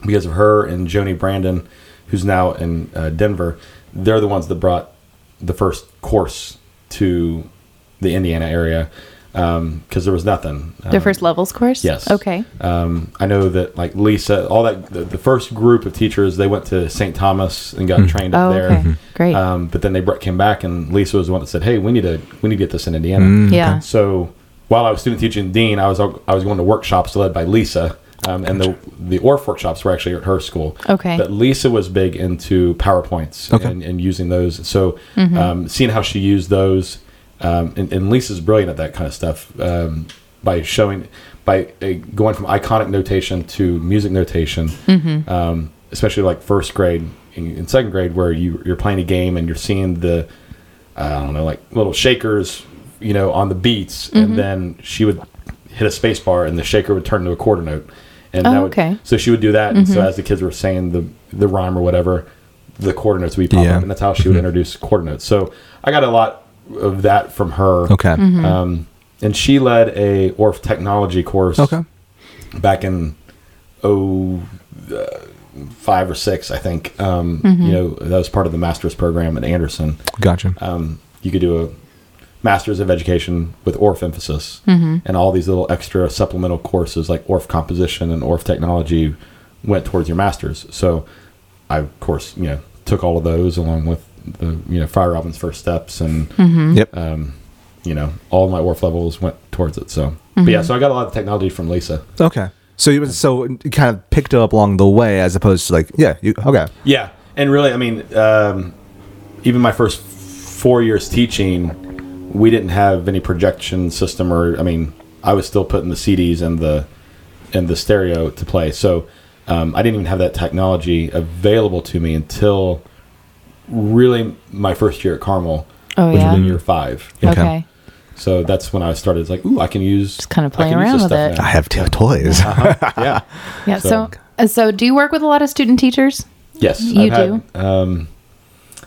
S4: because of her and Joni Brandon, who's now in uh, Denver, they're the ones that brought the first course to the Indiana area because there was nothing.
S3: their
S4: Um,
S3: first levels course.
S4: Yes.
S3: Okay.
S4: Um, I know that like Lisa, all that the, the first group of teachers they went to St. Thomas and got trained
S3: Oh,
S4: up there.
S3: okay. Great.
S4: Um, but then they brought, came back and Lisa was the one that said, "Hey, we need to we need to get this in Indiana."
S3: yeah.
S4: So while I was student teaching Dean, I was I was going to workshops led by Lisa, um, and the the ORF workshops were actually at her school.
S3: Okay.
S4: But Lisa was big into PowerPoints and, and using those. So
S3: Mm-hmm.
S4: um, seeing how she used those, um, and, and Lisa's brilliant at that kind of stuff um, by showing by uh, going from iconic notation to music notation. Um, especially like first grade and and second grade where you you're playing a game and you're seeing the I don't know, like little shakers, you know, on the beats,
S3: Mm-hmm.
S4: and then she would hit a space bar, and the shaker would turn into a quarter note, and
S3: Oh,
S4: that would,
S3: okay. Mm-hmm.
S4: So she would do that, and so as the kids were saying the the rhyme or whatever, the quarter notes would be pop
S1: Yeah. Mm-hmm.
S4: up, and that's how she would introduce quarter notes. So I got a lot of that from her.
S1: Okay.
S3: Mm-hmm.
S4: Um, and she led a ORF technology course.
S1: Okay.
S4: Back in oh uh, five or six, I think. Um, You know that was part of the master's program at Anderson
S1: Gotcha.
S4: um, you could do a master's of education with ORF emphasis and all these little extra supplemental courses like ORF composition and ORF technology went towards your master's. So I, of course, you know, took all of those along with the, you know, Fire Robin's first steps and,
S3: Mm-hmm.
S1: Yep.
S4: you know, all my ORF levels went towards it. So, but
S3: Mm-hmm.
S4: yeah, so I got a lot of technology from Lisa.
S1: okay. So you was so you kind of picked up along the way, as opposed to like, yeah, you okay.
S4: Yeah, and really, I mean, um, even my first four years teaching, we didn't have any projection system, or I mean, I was still putting the CDs and the and the stereo to play. So um, I didn't even have that technology available to me until really my first year at Carmel,
S3: Oh,
S4: which
S3: yeah?
S4: was Mm-hmm. in year five.
S3: Okay.
S4: So that's when I started. It's like, ooh, I can use
S3: Just kinda
S4: I
S3: playing
S4: can use this
S3: around
S4: stuff
S3: with it.
S1: I have two <laughs> toys.
S4: now. <laughs> yeah.
S3: Yeah. So, uh,
S4: So-
S3: so, do you work with a lot of student teachers?
S4: Yes,
S3: You
S4: I've
S3: do?
S4: Had, um,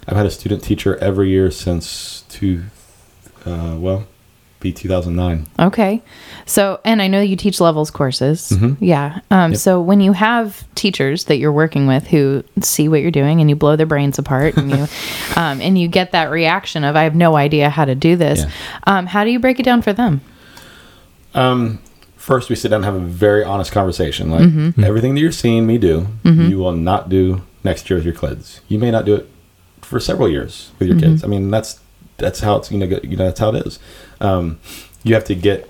S4: I've had a student teacher every year since two, uh, well, be two thousand nine.
S3: Okay. So, and I know you teach levels courses.
S1: Mm-hmm.
S3: Yeah. Um, So, when you have teachers that you're working with who see what you're doing and you blow their brains apart and
S1: <laughs>
S3: you, um, and you get that reaction of, I have no idea how to do this,
S4: Yeah.
S3: um, how do you break it down for them?
S4: First, we sit down and have a very honest conversation. Like everything that you're seeing me do, you will not do next year with your kids. You may not do it for several years with your kids. I mean, that's that's how it's you know, go- you know that's how it is. Um, you have to get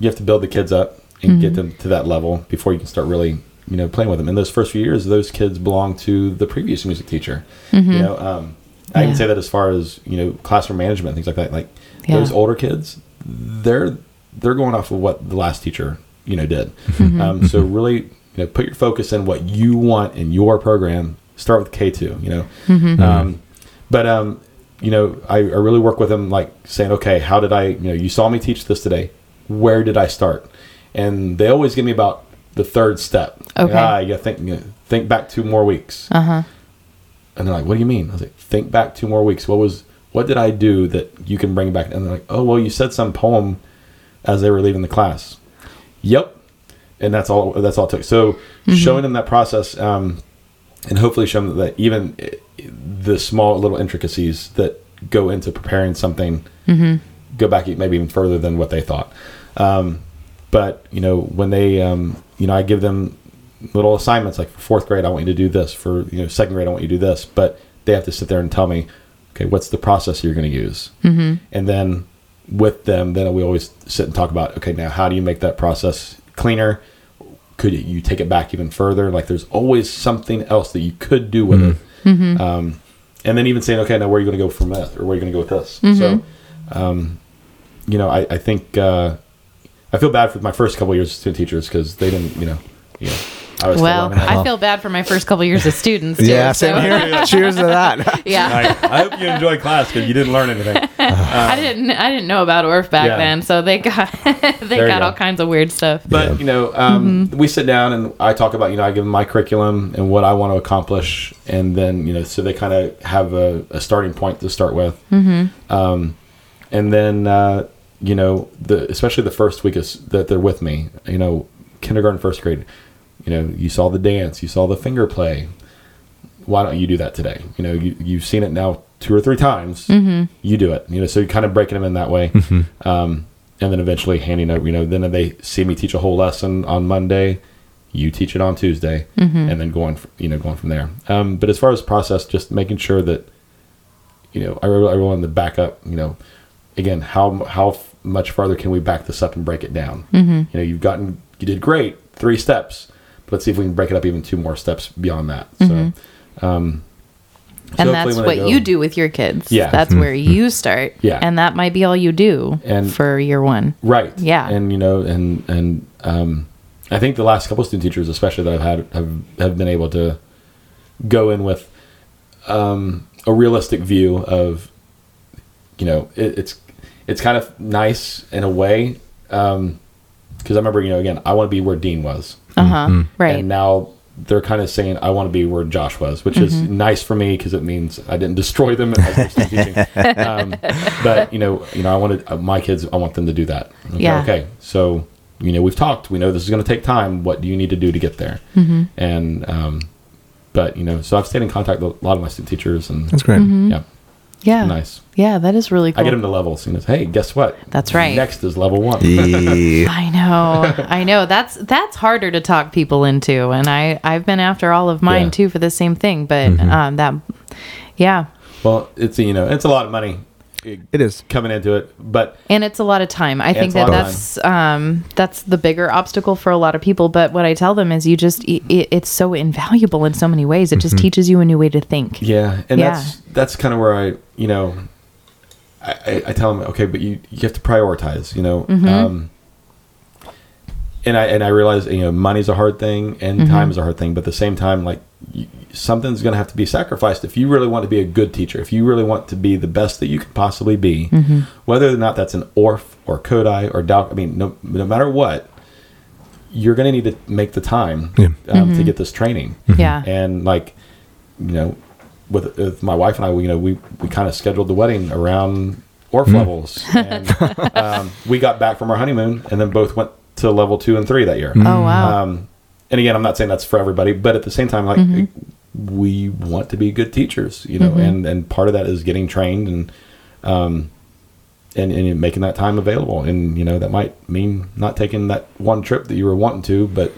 S4: you have to build the kids up and get them to that level before you can start really you know playing with them. In those first few years, those kids belong to the previous music teacher. You know, um, I
S3: Yeah.
S4: can say that as far as you know classroom management things like that. Like
S3: Yeah.
S4: those older kids, they're they're going off of what the last teacher you know did. Um, so really, you know, put your focus in what you want in your program. Start with K two. You know, um, but um, you know, I, I really work with them, like saying, okay, how did I? You know, you saw me teach this today. Where did I start? And they always give me about the third step. Like,
S3: Okay.
S4: Ah, you gotta think you know, think back two more weeks. Uh huh. And they're like, "What do you mean?" I was like, "Think back two more weeks. What was what did I do that you can bring back?" And they're like, "Oh, well, you said some poem as they were leaving the class." Yep, and that's all. That's all it took. So showing them that process, um, and hopefully showing them that even eh, the small little intricacies that go into preparing something go back e- maybe even further than what they thought. Um, but you know, when they, um, you know, I give them little assignments like for fourth grade, I want you to do this. For you know, second grade, I want you to do this. But they have to sit there and tell me, okay, what's the process you're going to use? Mm-hmm. And then with them, then we always sit and talk about, okay, now how do you make that process cleaner? Could you take it back even further? Like, there's always something else that you could do with it.
S3: Mm-hmm.
S4: Um, and then even saying, okay, now where are you going to go from this, or where are you going to go with this? So
S3: Mm-hmm.
S4: um, you know, I, I think uh, I feel bad for my first couple years as student teachers because they didn't, you know, you know, I was still
S3: Well,
S4: learning.
S3: I feel bad for my first couple years as students. Too,
S1: <laughs> yeah,
S3: so-
S1: same here. Cheers to that.
S3: <laughs> Yeah.
S4: Like, <laughs> I hope you enjoy class because you didn't learn anything.
S3: I didn't I didn't know about ORF back
S4: Yeah.
S3: then, so they got <laughs> they
S4: you
S3: got
S4: go.
S3: all kinds of weird stuff.
S4: But you know, um, we sit down and I talk about you know I give them my curriculum and what I want to accomplish, and then you know so they kind of have a, a starting point to start with, mm-hmm. um, and then uh, you know the especially the first week is that they're with me, you know kindergarten first grade, you know you saw the dance, you saw the finger play, why don't you do that today? You know you you've seen it now two or three times, mm-hmm. you do it, you know so you're kind of breaking them in that way um, and then eventually handing out. You know, then they see me teach a whole lesson on Monday, you teach it on Tuesday, and then going fr- you know going from there. Um, but as far as process, just making sure that you know I really, I really wanted to back up. You know, again, how how f- much farther can we back this up and break it down? You know, you've gotten you did great three steps. but Let's see if we can break it up even two more steps beyond that. So,
S3: and
S4: hopefully
S3: that's
S4: when I
S3: what
S4: go-
S3: you do with your kids.
S4: Yeah. Mm-hmm.
S3: That's where you start.
S4: Yeah.
S3: And that might be all you do
S4: And-
S3: for year one.
S4: right
S3: Yeah.
S4: and you know and and um i think the last couple student teachers especially that i've had have have been able to go in with um a realistic view of you know it, it's it's kind of nice in a way um because i remember you know again i want to be where dean was
S3: Uh huh. Right.
S4: Mm-hmm. and now they're kind of saying I want to be where Josh was, which is
S3: Mm-hmm.
S4: nice for me because it means I didn't <laughs> destroy them. as I'm still teaching. um, but you know, you know, I wanted uh, my kids. I want them to do that. Okay,
S3: Yeah.
S4: Okay. So you know, we've talked. We know this is going to take time. What do you need to do to get there?
S3: Mm-hmm.
S4: And um, but you know, so I've stayed in contact with a lot of my student teachers, and
S1: That's great.
S3: Mm-hmm.
S4: yeah,
S3: yeah.
S4: nice.
S3: Yeah, that is really cool.
S4: I get them to levels. You know, hey, guess what?
S3: That's right.
S4: Next is level one.
S1: Yeah.
S3: I
S4: <laughs>
S3: know. I know. That's that's harder to talk people into and I I've been after all of mine
S4: Yeah. Mm-hmm.
S3: too for the same thing, but um that yeah.
S4: Well, it's you know, it's a lot of money. eh,
S1: It is.
S4: coming into it, but
S3: and it's a lot of time. I think
S4: it's a
S3: that
S4: lot of
S3: that's um, that's the bigger obstacle for a lot of people. But what I tell them is, you just i i it's so invaluable in so many ways. It just teaches you a new way to think.
S4: Mm-hmm. Yeah, and
S3: Yeah.
S4: that's that's kind of where I, you know,
S3: Mm-hmm.
S4: I, I, I tell them, okay, but you you have to prioritize. You know, um, and I and I realize you know money's a hard thing and
S3: Mm-hmm.
S4: time is a hard thing, but at the same time, like y- something's going to have to be sacrificed if you really want to be a good teacher. If you really want to be the best that you can possibly be,
S3: Mm-hmm.
S4: whether or not that's an ORF or Kodai or Dow, I mean, no, no matter what, you're going to need to make the time um,
S3: Mm-hmm.
S4: to get this training.
S3: Yeah.
S4: and like you know, with, with my wife and I, we, you know, we we kind of scheduled the wedding around ORF levels. And, um, we got back from our honeymoon, and then both went to level two and three that year.
S3: Oh wow.
S4: Um, and again, I'm not saying that's for everybody, but at the same time, like
S3: Mm-hmm.
S4: we want to be good teachers, you know, and and part of that is getting trained and um, and and making that time available, and you know that might mean not taking that one trip that you were wanting to, but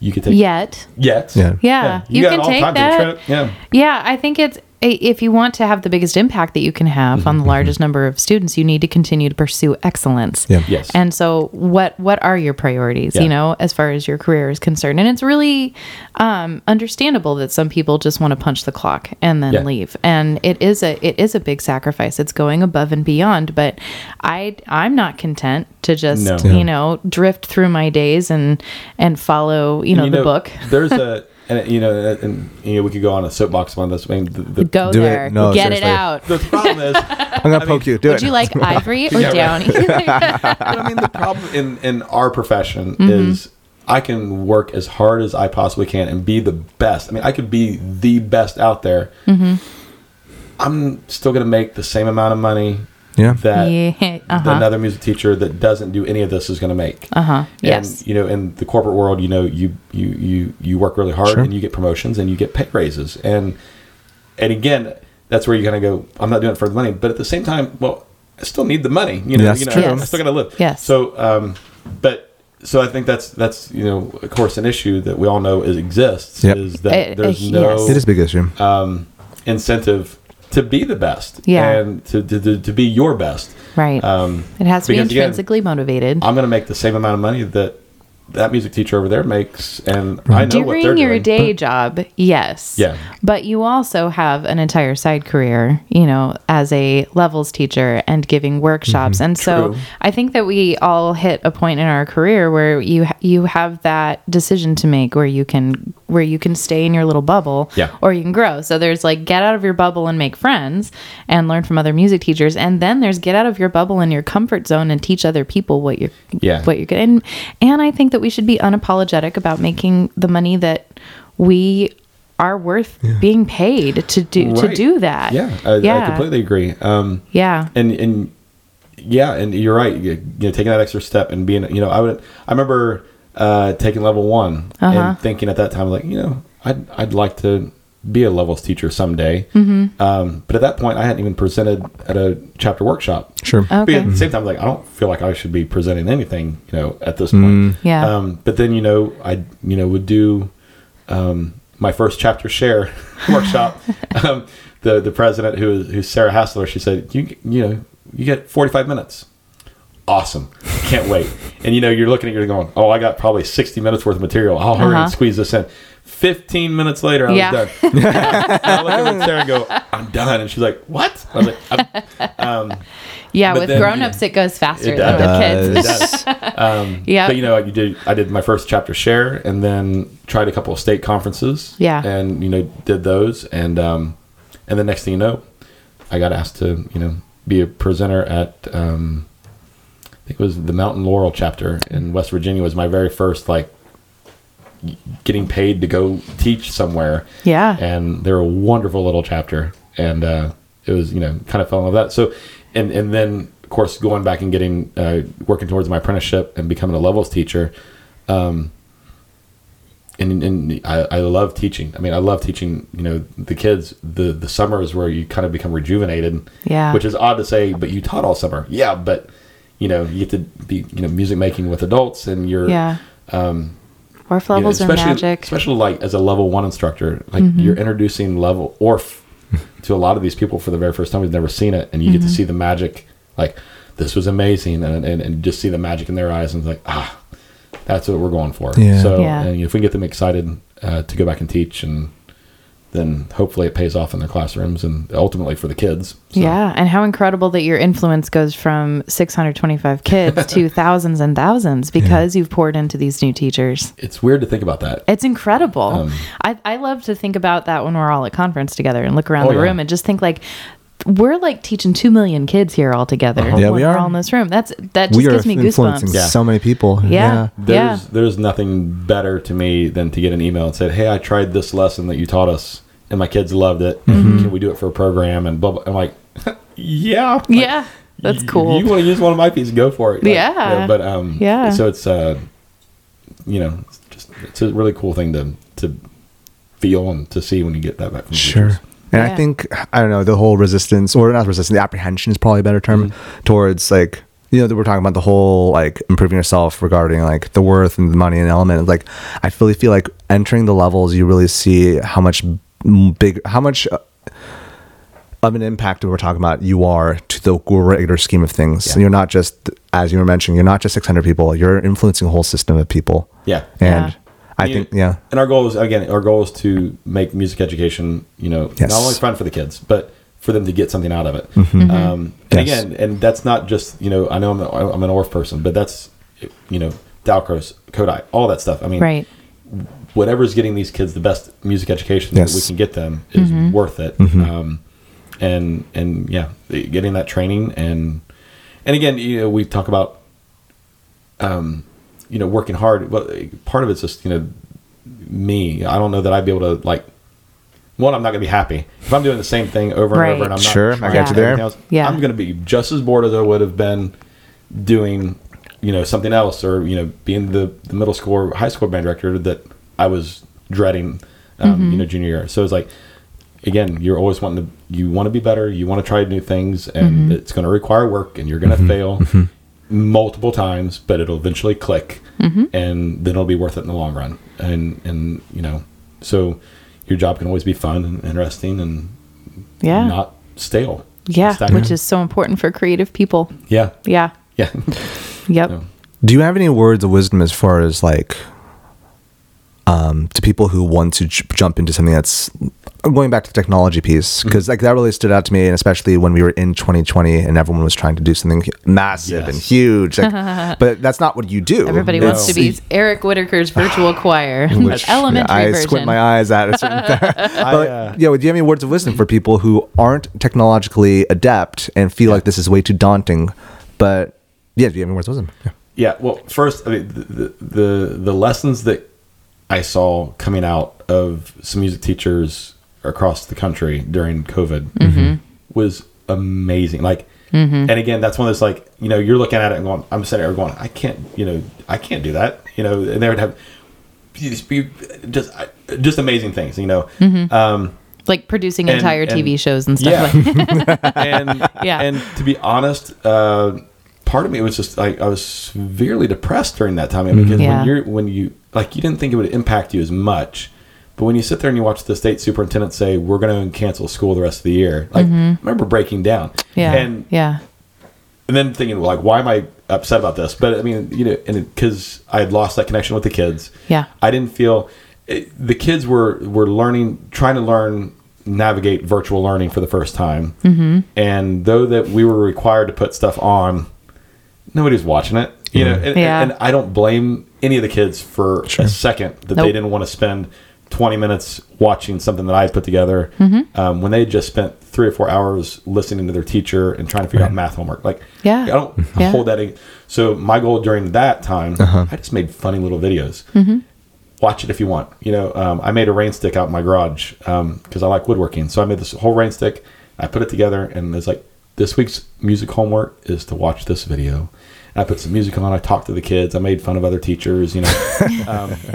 S4: you could take
S3: Yet.
S4: Yet.
S1: Yeah.
S3: Yeah, you,
S4: got
S3: can
S4: all
S3: take
S4: time to
S3: that.
S4: trip. Yeah.
S3: Yeah, I think it's i- if you want to have the biggest impact that you can have on the largest number of students, you need to continue to pursue excellence.
S1: Yeah.
S4: Yes.
S3: And so, what what are your priorities?
S4: Yeah.
S3: You know, as far as your career is concerned, and it's really um, understandable that some people just want to punch the clock and then
S4: Yeah.
S3: leave. And it is a it is a big sacrifice. It's going above and beyond. But I I'm not content to just
S4: No.
S3: you know drift through my days and and follow you know
S4: And
S3: the book.
S4: <laughs>
S3: <laughs>
S4: there's a and you know and, and you know we could go on a soapbox on this. I mean, the, the,
S3: Go
S1: Do it.
S3: there,
S1: No,
S3: get
S1: seriously.
S3: it out.
S4: the problem is
S1: I'm gonna poke you. Do
S3: Would
S1: it.
S3: you <laughs> like ivory or
S4: Yeah, right.
S3: <laughs> downy?
S4: But I mean, the problem in in our profession
S3: Mm-hmm.
S4: is I can work as hard as I possibly can and be the best. I mean, I could be the best out there.
S3: Mm-hmm.
S4: I'm still going to make the same amount of money
S1: Yeah.
S4: that
S3: yeah. Uh-huh.
S4: another music teacher that doesn't do any of this is going to make.
S3: uh-huh. Yes.
S4: And, you know, in the corporate world, you know, you you you you work really hard and you get promotions and you get pay raises and and again, that's where you kind of go. I'm not doing it for the money, but at the same time, well, I still need the money. You know,
S1: That's
S4: you know,
S3: true.
S4: I'm
S3: Yes.
S4: still going to live.
S3: Yes.
S4: So, um, but so I think that's that's you know, of course, an issue that we all know is exists
S1: Yep.
S4: is that
S3: Eh, eh,
S4: there's
S3: yes.
S4: no
S1: It is a big issue.
S4: incentive to be the best
S3: Yeah.
S4: and to, to, to, to be your best.
S3: Right.
S4: Um,
S3: it has to be
S4: because, again,
S3: intrinsically motivated.
S4: I'm going to make the same amount of money that that music teacher over there makes, and I know what they're
S3: During your
S4: doing.
S3: day job, yes.
S4: Yeah.
S3: But you also have an entire side career, you know, as a levels teacher and giving workshops. and so
S4: Mm-hmm. True.
S3: I think that we all hit a point in our career where you ha- you have that decision to make where you can where you can stay in your little bubble
S4: Yeah.
S3: or you can grow. So there's like get out of your bubble and make friends and learn from other music teachers and then there's get out of your bubble and your comfort zone and teach other people what you're
S4: Yeah.
S3: what you're good and and I think that we should be unapologetic about making the money that we are worth being paid to do to
S4: Right.
S3: do that.
S4: Yeah, I, I
S3: yeah.
S4: completely agree. Um,
S3: Yeah.
S4: and and yeah, and you're right. You, you know, taking that extra step and being, you know, I would. I remember uh, taking level one
S3: Uh-huh.
S4: and thinking at that time, like, you know, I'd I'd like to be a levels teacher someday.
S3: Mm-hmm.
S4: Um, but at that point, I hadn't even presented at a chapter workshop.
S1: Sure.
S4: But at
S3: Okay.
S4: the same time, like, I don't feel like I should be presenting anything, you know, at this point.
S3: Yeah.
S4: Um, but then you know, I you know would do um, my first chapter share <laughs>
S3: <laughs>
S4: workshop. um, the the president who is who's Sarah Hassler, she said, you you know you get 45 minutes. Awesome, can't wait. And you know, you're looking at you're going, oh, I got probably 60 minutes worth of material. I'll hurry
S3: Uh-huh.
S4: and squeeze this in. 15 minutes later, I
S3: Yeah. <laughs>
S4: was done. And I look over at Sarah and go, I'm done. And she's like, what? I was like,
S3: <laughs>
S4: I'm
S3: yeah,
S4: but
S3: with
S4: then-
S3: grown-ups it goes faster
S4: It
S3: than with kids.
S4: It does. um,
S3: Yeah.
S4: But you know, you did. I did my first chapter share, and then tried a couple of state conferences.
S3: Yeah.
S4: And you know, did those, and um, and the next thing you know, I got asked to you know be a presenter at um, I think it was the Mountain Laurel chapter in West Virginia was my very first like getting paid to go teach somewhere.
S3: Yeah.
S4: And they're a wonderful little chapter. And uh, it was, you know, kind of fell in love with that. So, and, and then, of course, going back and getting, uh, working towards my apprenticeship and becoming a levels teacher. Um, and and I, I love teaching. I mean, I love teaching, you know, the kids. The, the summer is where you kind of become rejuvenated.
S3: Yeah.
S4: Which is odd to say, but you taught all summer. Yeah. But, you know, you get to be, you know, music making with adults and you're,
S3: yeah. Um Orf
S4: you know,
S3: levels are
S4: especially,
S3: magic. Mm-hmm.
S4: Especially like as a level one instructor, like you're introducing level orf <laughs> to a lot of these people for the very first time who've never seen it, and you
S3: Mm-hmm.
S4: get to see the magic. Like this was amazing, and, and and just see the magic in their eyes, and it's like ah, that's what we're going for.
S1: Yeah.
S4: So
S3: Yeah.
S4: and if we get them excited uh, to go back and teach, and then hopefully it pays off in their classrooms and ultimately for the kids. So,
S3: Yeah, and how incredible that your influence goes from 625
S4: <laughs>
S3: kids to thousands and thousands because you've poured into these new teachers.
S4: It's weird to think about that.
S3: It's incredible.
S1: Um,
S3: I, I love to think about that when we're all at conference together and look around
S4: Oh,
S3: the
S4: yeah.
S3: room and just think like we're like teaching two million kids here all together.
S1: Uh-huh. Yeah,
S3: when
S1: we
S3: are
S1: are.
S3: all in this room. That's that just
S1: we are
S3: gives me
S1: influencing
S3: goosebumps.
S4: Yeah.
S1: so many people.
S3: Yeah.
S4: There's there's nothing better to me than to get an email and say, "Hey, I tried this lesson that you taught us, and my kids loved it.
S3: Mm-hmm.
S4: and Can we do it for a program?" And blah, blah. I'm like, <laughs> "Yeah,
S3: Yeah, that's
S4: You-
S3: cool.
S4: You want to use one of my pieces? Go for it.
S3: Yeah.
S4: but um,
S3: Yeah.
S4: So it's uh, you know, it's just it's a really cool thing to to feel and to see when you get that back from teachers.
S1: Sure. And
S3: Yeah.
S1: I think I don't know the whole resistance or not resistance, the apprehension is probably a better term towards like you know that we're talking about the whole like improving yourself regarding like the worth and the money and element. Like I really feel like entering the levels, you really see how much m- big, how much uh, of an impact we're talking about you are to the greater scheme of things.
S4: Yeah.
S1: You're not just as you were mentioning, you're not just 600 people. You're influencing a whole system of people.
S4: Yeah.
S1: And
S3: Yeah.
S1: I
S4: You-
S1: think yeah.
S4: And our goal is again, our goal is to make music education, you know,
S1: Yes. Mm-hmm.
S4: not only fun for the kids, but for them to get something out of it. Um, and
S1: Yes.
S4: again, and that's not just you know, I know I'm, I'm an ORF person, but that's you know, Dalcros, Kodai, all that stuff. I mean,
S3: Right.
S4: whatever's getting these kids the best music education that we
S1: Yes. Mm-hmm.
S4: can get them is worth it. Um, and and yeah, the- getting that training and and again, you know, we talk about um, you know working hard. But part of it's just you know me. I don't know that I'd be able to like. One, I'm not going to be happy if I'm doing the same thing over
S3: Right.
S4: and over, and I'm not
S1: Sure, I
S4: trying
S1: got
S3: you
S4: everything
S1: there.
S4: else.
S3: Yeah.
S4: I'm going to be just as bored as I would have been doing you know something else or you know being the, the middle school or high school band director that i was dreading um,
S3: Mm-hmm.
S4: you know junior year so it's like again you're always wanting to you want to be better you want to try new things and
S3: Mm-hmm.
S4: it's going to require work and you're going to fail multiple times but it'll eventually click
S3: Mm-hmm.
S4: and then it'll be worth it in the long run and and you know so your job can always be fun and interesting and
S3: Yeah.
S4: not stale
S3: yeah,
S4: Stagnant.
S3: which is so important for creative people.
S4: yeah
S3: Yeah.
S4: yeah
S3: Yep.
S4: No.
S1: Do you have any words of wisdom as far as like um, to people who want to j- jump into something that's I'm going back to the technology piece
S4: Mm-hmm.
S1: because like that really stood out to me, and especially when we were in 2020 and everyone was trying to do something hu- massive and
S4: Yes. <laughs>
S1: huge. Like, but that's not what you do.
S3: Everybody
S1: It's-
S3: wants to be Eric Whitaker's
S1: <sighs>
S3: virtual choir,
S1: which, yeah,
S3: elementary
S1: I
S3: version.
S1: squint my eyes at
S4: <laughs>
S1: a certain. but
S4: uh,
S1: yeah, do you have any words of wisdom for people who aren't technologically adept and feel like this is way too daunting? But yeah, do you have any words of wisdom? Yeah.
S4: yeah well first i mean the the- the, the lessons that i saw coming out of some music teachers across the country during covid was amazing like and again that's one of those like you know you're looking at it and going i'm sitting there going i can't you know i can't do that you know and they would have just be just just amazing things you know
S3: like producing
S4: And-
S3: entire
S4: and-
S3: TV shows and stuff
S4: yeah.
S3: like
S4: and
S3: Yeah.
S4: and to be honest, uh, part of me was just like I was severely depressed during that time because
S3: Yeah.
S4: when you're when you like you didn't think it would impact you as much, but when you sit there and you watch the state superintendent say we're going to cancel school the rest of the year, like I remember breaking down,
S3: Mm-hmm. Yeah.
S4: and
S3: yeah.
S4: and then thinking like why am I upset about this? But I mean you know and because I had lost that connection with the kids,
S3: Yeah.
S4: I didn't feel it, the kids were were learning, trying to learn, navigate virtual learning for the first time. Mm-hmm. And though that we were required to put stuff on, nobody was watching it. You know, and,
S3: Yeah.
S4: and I don't blame any of the kids for a second that
S3: Nope.
S4: they didn't want to spend 20 minutes watching something that I had put together
S3: Mm-hmm.
S4: um, when they just spent three or four hours listening to their teacher and trying to figure out math homework. Like,
S3: Yeah. Mm-hmm.
S4: I don't
S3: Yeah.
S4: hold that. ag- So my goal during that time, I just made funny little videos
S3: Mm-hmm.
S4: watch it if you want. You know, um, I made a rain stick out in my garage because I like woodworking. So I made this whole rain stick. I put it together, and it's like this week's music homework is to watch this video. And I put some music on. I talked to the kids. I made fun of other teachers. You
S3: <laughs>
S4: know,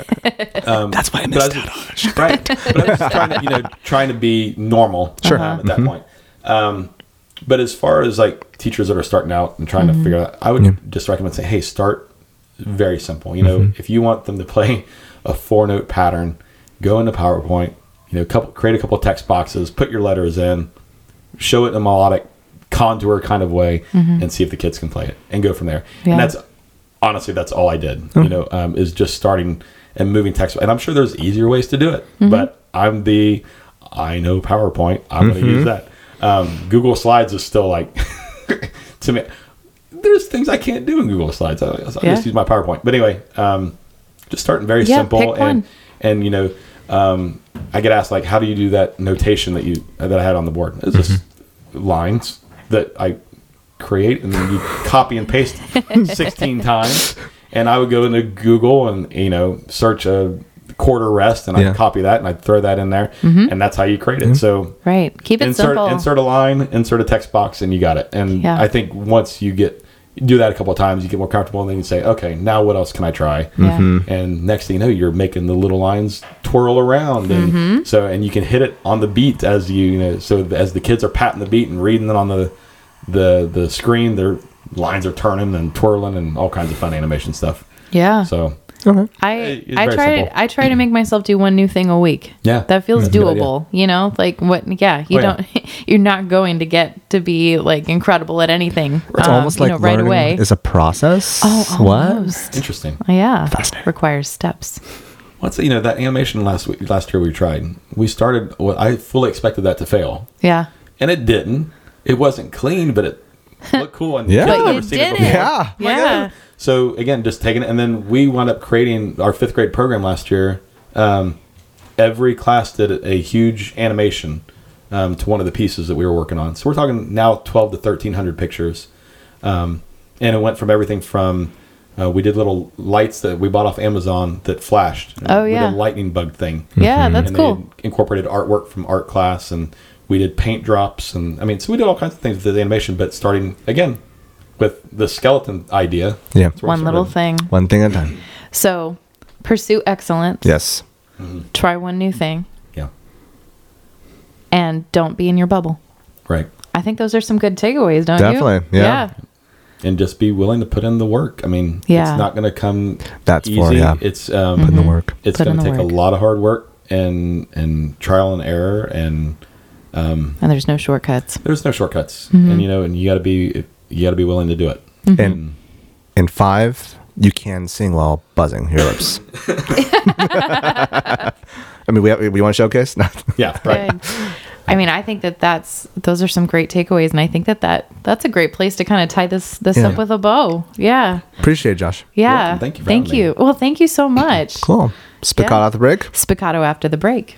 S4: that's why I missed out on it. Right, but I was just trying to, you know, trying to be normal sure. at that point. Um, but as far as like teachers that are starting out and trying to figure out, I would just recommend saying, hey, start very simple. You know, if you want them to play a four note pattern, go into PowerPoint. You know, couple create a couple of text boxes, put your letters in, show it in a melodic contour kind of way, and see if the kids can play it, and go from there.
S3: Yeah.
S4: And that's honestly that's all I did.
S3: Oh.
S4: You know, um,
S3: Mm-hmm.
S4: is just starting and moving text. And I'm sure there's easier ways to do it, but I'm the I know PowerPoint. I'm going
S3: Mm-hmm.
S4: to use that. Um, Google Slides is still like <laughs> to me. There's things I can't do in Google Slides. I, I
S3: Yeah.
S4: just use my PowerPoint. But anyway, um, just starting very
S3: Yeah,
S4: simple
S3: pick
S4: and
S3: one.
S4: and you know, um, I get asked like, how do you do that notation that you that I had on the board? It's just
S3: Mm-hmm.
S4: lines that I create and then you copy and paste 16 times. And I would go into Google and you know search a quarter rest and
S1: Yeah.
S4: I'd copy that and I'd throw that in there and that's how you create it. So
S3: Right. Keep it
S4: insert
S3: simple.
S4: insert a line, insert a text box, and you got it. And
S3: Yeah.
S4: I think once you get you do that a couple of times, you get more comfortable, and then you say, okay, now what else can I try?
S3: Yeah. Mhm.
S4: And next thing you know, you're making the little lines twirl around, and
S3: Mm-hmm.
S4: so and you can hit it on the beat as you, you know. So as the kids are patting the beat and reading it on the the the screen, their lines are turning and twirling and all kinds of fun animation stuff.
S3: Yeah.
S4: So
S3: I
S4: It- it's
S3: I
S4: very
S3: try
S4: simple.
S3: I try to make myself do one new thing a week.
S4: Yeah.
S3: That feels
S4: That's a good idea.
S3: doable, you know? Like what yeah, you
S4: Oh, yeah.
S3: don't <laughs> you're not going to get to be like incredible at anything.
S1: It's
S3: um,
S1: almost
S3: you
S1: like
S3: know, right
S1: learning
S3: away.
S1: is a process.
S3: Oh, almost.
S4: interesting.
S3: Yeah. Requires steps.
S4: What's you know that animation last week last year we tried? We started. Well, I fully expected that to fail.
S3: Yeah.
S4: and it didn't. It wasn't clean, but
S3: <laughs>
S4: it looked cool. And
S1: Yeah.
S4: kids
S1: But
S4: had
S1: you
S4: never seen it
S3: did
S4: before.
S3: it.
S1: Yeah.
S3: Yeah.
S4: So again, just taking it, and then we wound up creating our fifth grade program last year. Um, every class did a huge animation um, to one of the pieces that we were working on. So we're talking now twelve to thirteen hundred pictures, um, and it went from everything from uh, we did little lights that we bought off Amazon that flashed.
S3: Oh,
S4: we
S3: yeah.
S4: did a lightning bug thing
S3: Yeah, that's
S4: Mm-hmm. and
S3: cool.
S4: They incorporated artwork from art class, and we did paint drops, and I mean, so we did all kinds of things with the animation. But starting again with the skeleton idea,
S1: Yeah.
S4: That's where we
S3: One little
S4: started.
S3: thing.
S1: One thing at a time.
S3: So, pursue excellence.
S1: Yes.
S3: Try one new thing
S4: Yeah,
S3: and don't be in your bubble.
S4: right.
S3: I think those are some good takeaways, don't you?
S1: Definitely, yeah.
S4: And just be willing to put in the work. I mean,
S3: Yeah. Mm-hmm.
S4: it's not going to come
S1: That's
S4: easy.
S1: for- yeah.
S4: It's um,
S1: Put in the work.
S4: It's
S3: Put in
S4: going to
S3: the
S4: take
S3: work.
S4: a lot of hard work and and trial and error, and
S3: And there's no shortcuts.
S4: there's no shortcuts.
S3: Mm-hmm.
S4: And you know, and you got to be you got to be willing to do it.
S1: And in five, you can sing while buzzing your <laughs> lips. I mean, we have, we want to showcase. <laughs> No.
S4: Yeah, right.
S3: Good. I mean, I think that that's those are some great takeaways, and I think that, that that's a great place to kind of tie this this
S1: Yeah.
S3: up with a bow. Yeah,
S1: Appreciate it, Josh.
S3: yeah.
S4: welcome. Thank you for
S3: thank
S4: having
S3: you. Well, thank you so much.
S1: Cool. Spicata
S3: Yeah.
S1: out the break.
S3: Spiccato after the break.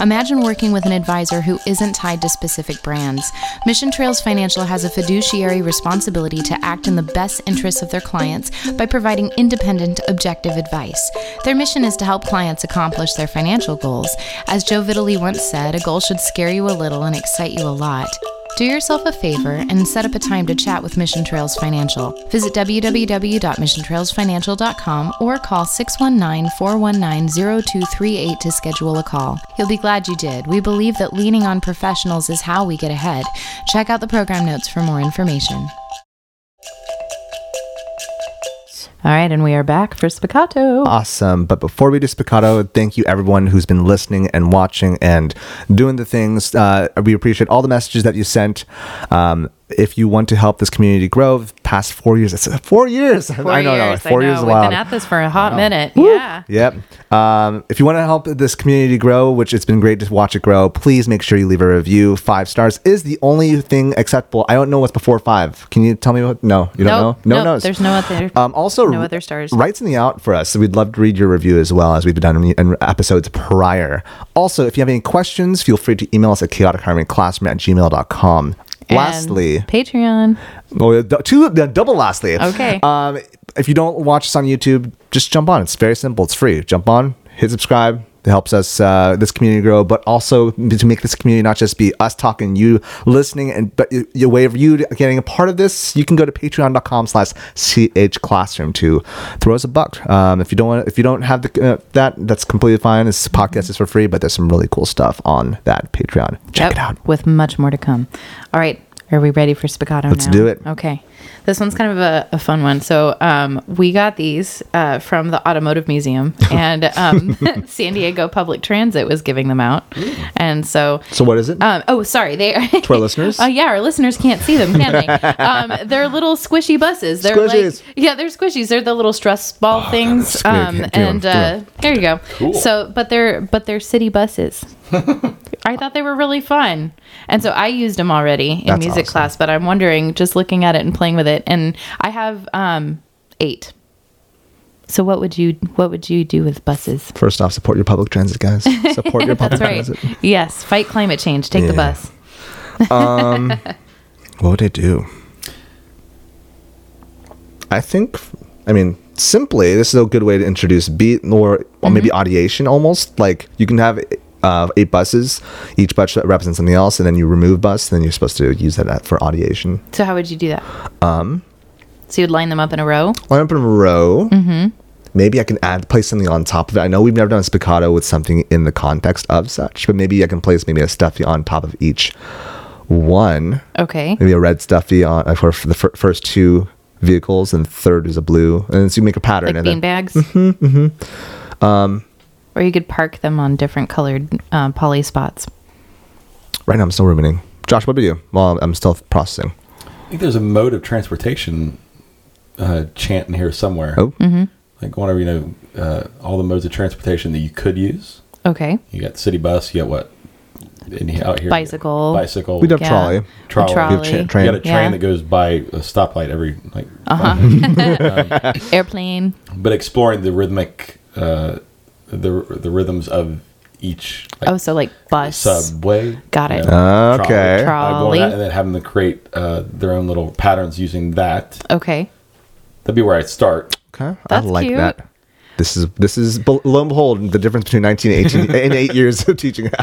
S2: Imagine working with an advisor who isn't tied to specific brands. Mission Trails Financial has a fiduciary responsibility to act in the best interests of their clients by providing independent, objective advice. Their mission is to help clients accomplish their financial goals. As Joe Vitale once said, a goal should scare you a little and excite you a lot. Do yourself a favor and set up a time to chat with Mission Trails Financial. Visit www.missiontrailsfinancial.com or call 619 419 0238 to schedule a call. You'll be glad you did. We believe that leaning on professionals is how we get ahead. Check out the program notes for more information.
S3: All right, and we are back for Spiccato.
S1: Awesome. But before we do Spiccato, thank you everyone who's been listening and watching and doing the things. Uh, we appreciate all the messages that you sent. Um, if you want to help this community grow, the past four years, it's four years. I know, no, four years is
S3: We've
S1: wild.
S3: been at this for a hot minute. Yeah.
S1: Yep. Um, if you want to help this community grow, which it's been great to watch it grow, please make sure you leave a review. Five stars is the only thing acceptable. I don't know what's before five. Can you tell me what? No, you don't
S3: Nope.
S1: know.
S3: Nope.
S1: No, one knows.
S3: There's no other-
S1: Um, also,
S3: no other stars.
S1: Write something out for us. We'd love to read your review as well as we've done in, in episodes prior. Also, if you have any questions, feel free to email us at chaoticharmonyclassroom at gmail.com.
S3: And
S1: Lastly,
S3: Patreon.
S1: well, d- two uh, double lastly.
S3: Okay.
S1: Um, if you don't watch us on YouTube, just jump on. It's very simple. It's free. Jump on, hit subscribe, It helps us uh, this community grow, but also to make this community not just be us talking, you listening, and but y- your way of you getting a part of this, you can go to Patreon.com/slash ch classroom to throw us a buck. Um, if you don't want, if you don't have the, uh, that, that's completely fine. This podcast is for free, but there's some really cool stuff on that Patreon. Check
S3: Yep,
S1: it out.
S3: With much more to come. All right. Are we ready for spaghetti?
S1: Let's
S3: now?
S1: do it.
S3: Okay. This one's kind of a, a fun one. So um, we got these uh, from the Automotive Museum, and
S1: <laughs>
S3: um, <laughs> San Diego Public Transit was giving them out. And so
S1: So what is it?
S3: um, oh, sorry. They are <laughs>
S1: To our listeners?
S3: Oh yeah, our listeners can't see them, can they?
S1: <laughs>
S3: um, they're little squishy buses. They're
S1: Squishies. Oh,
S3: like yeah, they're squishies. They're the little stress ball things.
S1: that's great.
S3: um,
S1: Give 'em,
S3: and
S1: give
S3: uh,
S1: 'em.
S3: there you go.
S4: Cool.
S3: So, but they're but they're city
S1: <laughs>
S3: buses. I thought they were really fun, and so I used them already in
S1: That's
S3: music
S1: awesome.
S3: class. But I'm wondering, just looking at it and playing with it, and I have um, eight. So what would you what would you do with buses?
S1: First off, support your public
S3: <laughs>
S1: transit, guys. Support your public
S3: That's right.
S1: transit.
S3: Yes, fight climate change. Take the
S1: Yeah.
S3: bus.
S1: What would I do? I think, I mean, simply, this is a good way to introduce beat or or maybe audiation almost. Like you can have uh, eight buses, each bus represents something else, and then you remove bus, then you're supposed to use that at- for audiation.
S3: So how would you do that? Um. So you'd line them up in a row.
S1: Line up in a row. Mm-hmm. Maybe I can add place something on top of it. I know we've never done a spiccato with something in the context of such, but maybe I can place maybe a stuffy on top of each one.
S3: Okay.
S1: maybe a red stuffy on uh, for for the fir- first two vehicles, and third is a blue, and so you make a pattern.
S3: Like
S1: and
S3: bean
S1: then,
S3: bags. Mm-hmm. Um.
S1: mm-hmm. Um,
S3: Or you could park them on different colored um, poly spots.
S1: right now, I'm still ruminating. Josh, what about you? Well, I'm still processing.
S4: I think there's a mode of transportation uh, chant in here somewhere.
S1: Oh.
S3: Mm-hmm.
S4: Like whatever you know, uh, all the modes of transportation that you could use.
S3: Okay.
S4: You got city bus. You got what? In here, out here, you got
S3: Bicycle.
S4: Bicycle.
S1: We have
S3: Yeah.
S1: trolley.
S3: A
S4: Trolley.
S1: We have tra-
S3: trolley.
S1: train.
S4: You got a train
S3: Yeah.
S4: that goes by a stoplight every like.
S3: Airplane.
S4: But exploring the rhythmic, uh, the the rhythms of each like,
S3: Oh, so like bus.
S4: subway.
S3: Got it.
S4: know,
S1: Ah,
S4: By going
S1: Okay.
S3: Trolley.
S4: out and then having them create uh, their own little patterns using that.
S3: Okay.
S4: That'd be where I'd start.
S1: Okay,
S3: That's
S1: I like
S3: cute.
S1: that. This is this is bel- lo and behold the difference between 19 and <laughs> 18 and eight years of teaching. <laughs>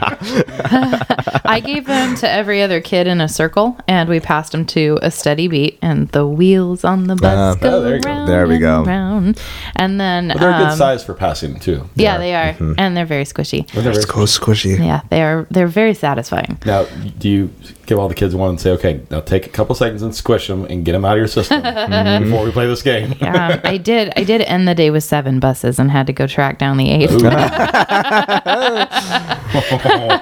S3: I gave them to every other kid in a circle, and we passed them to a steady beat, and the wheels on the bus
S1: Ah.
S3: go
S4: Oh, there you go.
S3: round
S1: There we
S3: and
S1: go.
S3: round. And then
S4: But they're a good
S3: um,
S4: size for passing too.
S3: Yeah, they are,
S1: Mm-hmm.
S3: and they're very squishy.
S4: They're very-
S1: It's cool, squishy.
S3: Yeah, they are. They're very satisfying.
S4: Now, do you give all the kids one and say, "Okay, now take a couple seconds and squish them and get them out of your
S3: <laughs>
S4: system
S3: Mm-hmm.
S4: before we play this game"?
S3: Um,
S4: <laughs>
S3: I did. I did end the day with seven buses and had to go track down the eighth. <laughs>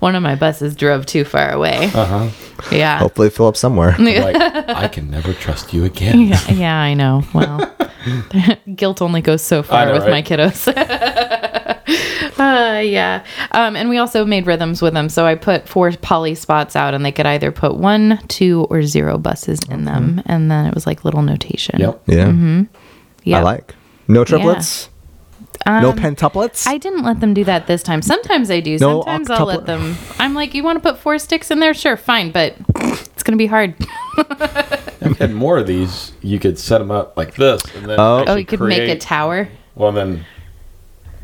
S3: One of my buses drove too far away. Uh
S4: Uh-huh.
S3: huh. Yeah.
S4: Oh.
S1: Hopefully, fill up somewhere.
S3: Mm-hmm,
S4: like, I can never trust you again.
S3: yeah. Yeah. I know. Well, <laughs> guilt only goes so far
S4: I know,
S3: with my
S4: right?
S3: kiddos. <laughs> uh, yeah. Um, and we also made rhythms with them. So I put four poly spots out, and they could either put one, two, or zero buses in them, and then it was like little notation.
S4: Mm-hmm. Yep.
S1: Yeah,
S3: Yeah. Um,
S1: I like. No triplets. no pentuplets.
S3: I didn't let them do that this time. Sometimes I do.
S1: No
S3: Sometimes I'll let
S1: octuplet-
S3: them. I'm like, you want to put four sticks in there? Sure, fine, but it's gonna be
S4: <laughs>
S3: hard.
S4: If you had more of these, you could set them up like this, and then
S1: Oh.
S3: Oh,
S4: actually
S3: you could make a
S4: create-
S3: tower.
S4: Well, then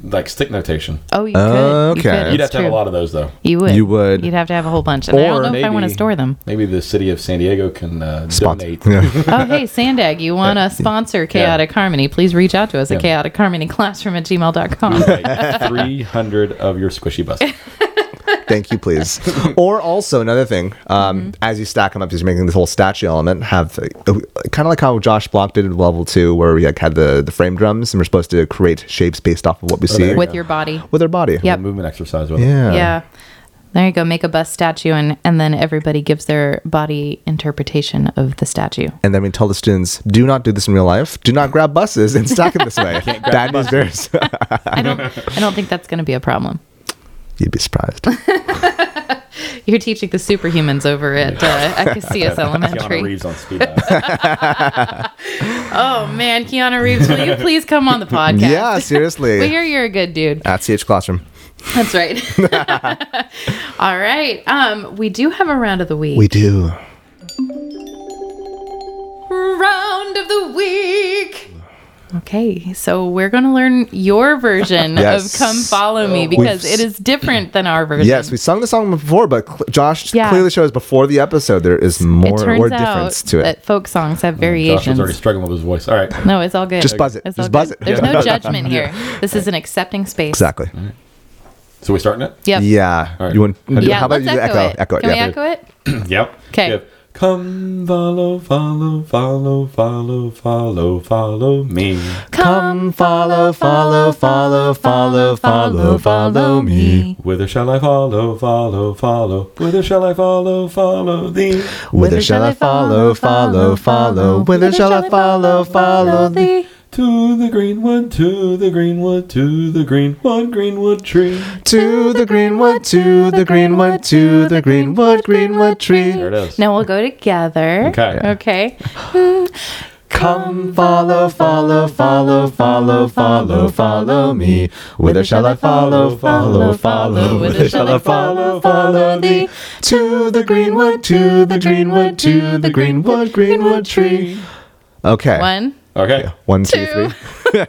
S4: like stick notation.
S3: Oh, you could.
S1: Okay.
S3: You could.
S1: You'd
S4: You'd
S3: It's
S4: have to have
S3: true.
S4: a lot of those though.
S3: You would.
S1: You would.
S3: You'd have to have a whole bunch, and I don't
S1: Or
S3: know if I want to
S4: maybe-
S3: store
S1: <laughs>
S3: them.
S4: Maybe the city of San Diego can uh,
S1: Sponsor. <laughs>
S4: donate.
S1: Yeah.
S3: oh, hey, Sandag, you want to sponsor Chaotic Harmony? Please reach out to us at
S4: Yeah.
S3: chaotic harmony classroom at gmail.com.
S1: <laughs>
S4: Three hundred of your
S3: <laughs>
S4: squishy buses.
S1: Thank you, please. or also another thing,
S3: Mm-hmm.
S1: um, as you stack them up, as you're making this whole statue element, have kind of like how Josh Block did in level two, where we like had the the frame drums, and we're supposed to create shapes based off of what we see
S4: there you
S1: with,
S3: With your body.
S1: our body.
S3: Yep.
S4: Movement exercise with
S1: Yeah.
S3: Yeah. There you go. Make a bust statue, and, and then everybody gives their body interpretation of the statue.
S1: And then we tell the students, do not do this in real life. Do not grab buses and stack them
S3: <laughs>
S1: this way. Bad news bears. <laughs>
S3: I don't. I don't think that's going to be a problem.
S1: You'd be
S3: <laughs>
S1: surprised.
S3: You're teaching the superhumans over at uh, at
S1: <laughs>
S3: Casillas
S4: Keanu
S3: Elementary.
S4: Reeves on speed dial.
S3: Oh man, Keanu Reeves, will you please come
S1: <laughs>
S3: on the podcast?
S1: yeah,
S3: We
S1: seriously.
S3: hear you're a good dude.
S1: At CH Classroom.
S3: That's
S1: <laughs>
S3: right. <laughs> All right. Um, we do have a round of the week.
S1: We do.
S3: round of the week. Okay, so we're going to learn your version
S1: Yes.
S3: of "Come Follow Me" because
S1: We've
S3: it is different than our version.
S1: Yes, we sung the song before, but cl- Josh
S3: Yeah.
S1: clearly shows before the episode there is more
S3: it turns
S1: or
S3: out
S1: difference to it. Mm.
S3: that folk songs have
S4: Josh was
S3: variations.
S4: already struggling with his voice. All right.
S3: no, it's all good.
S1: Just buzz it.
S3: It's
S1: Just
S3: all
S1: buzz
S3: good.
S1: it.
S3: There's
S1: Yeah.
S3: no judgment
S1: <laughs>
S3: here. This is an accepting space.
S1: exactly.
S4: So we starting it?
S3: Yep.
S1: Yeah.
S4: All right.
S1: You want?
S4: Yeah,
S1: How about
S3: let's
S1: you echo?
S3: it?
S1: Echo it.
S3: Can
S1: yeah.
S3: we echo it?
S4: Yep.
S3: 'Kay.
S4: Yep. Come follow, follow, follow, follow, follow, follow me.
S1: Come follow, follow, follow, follow, follow, follow me.
S4: Whither shall I follow, follow, follow? Whither shall I follow, follow thee?
S1: Whither shall I follow, follow, follow? Whither shall I follow, follow thee?
S4: To the greenwood, to the greenwood, to the greenwood, greenwood tree.
S1: To the greenwood, to the greenwood, to the greenwood, greenwood tree.
S4: There it is.
S3: Now we'll go together.
S4: Okay.
S3: Okay.
S1: Come follow, follow, follow, follow, follow, follow me. Whither shall I follow, follow, follow? Whither shall I follow, follow thee? To the greenwood, to the greenwood, to the greenwood, greenwood tree. Okay.
S3: One.
S4: Okay.
S1: One, two, three.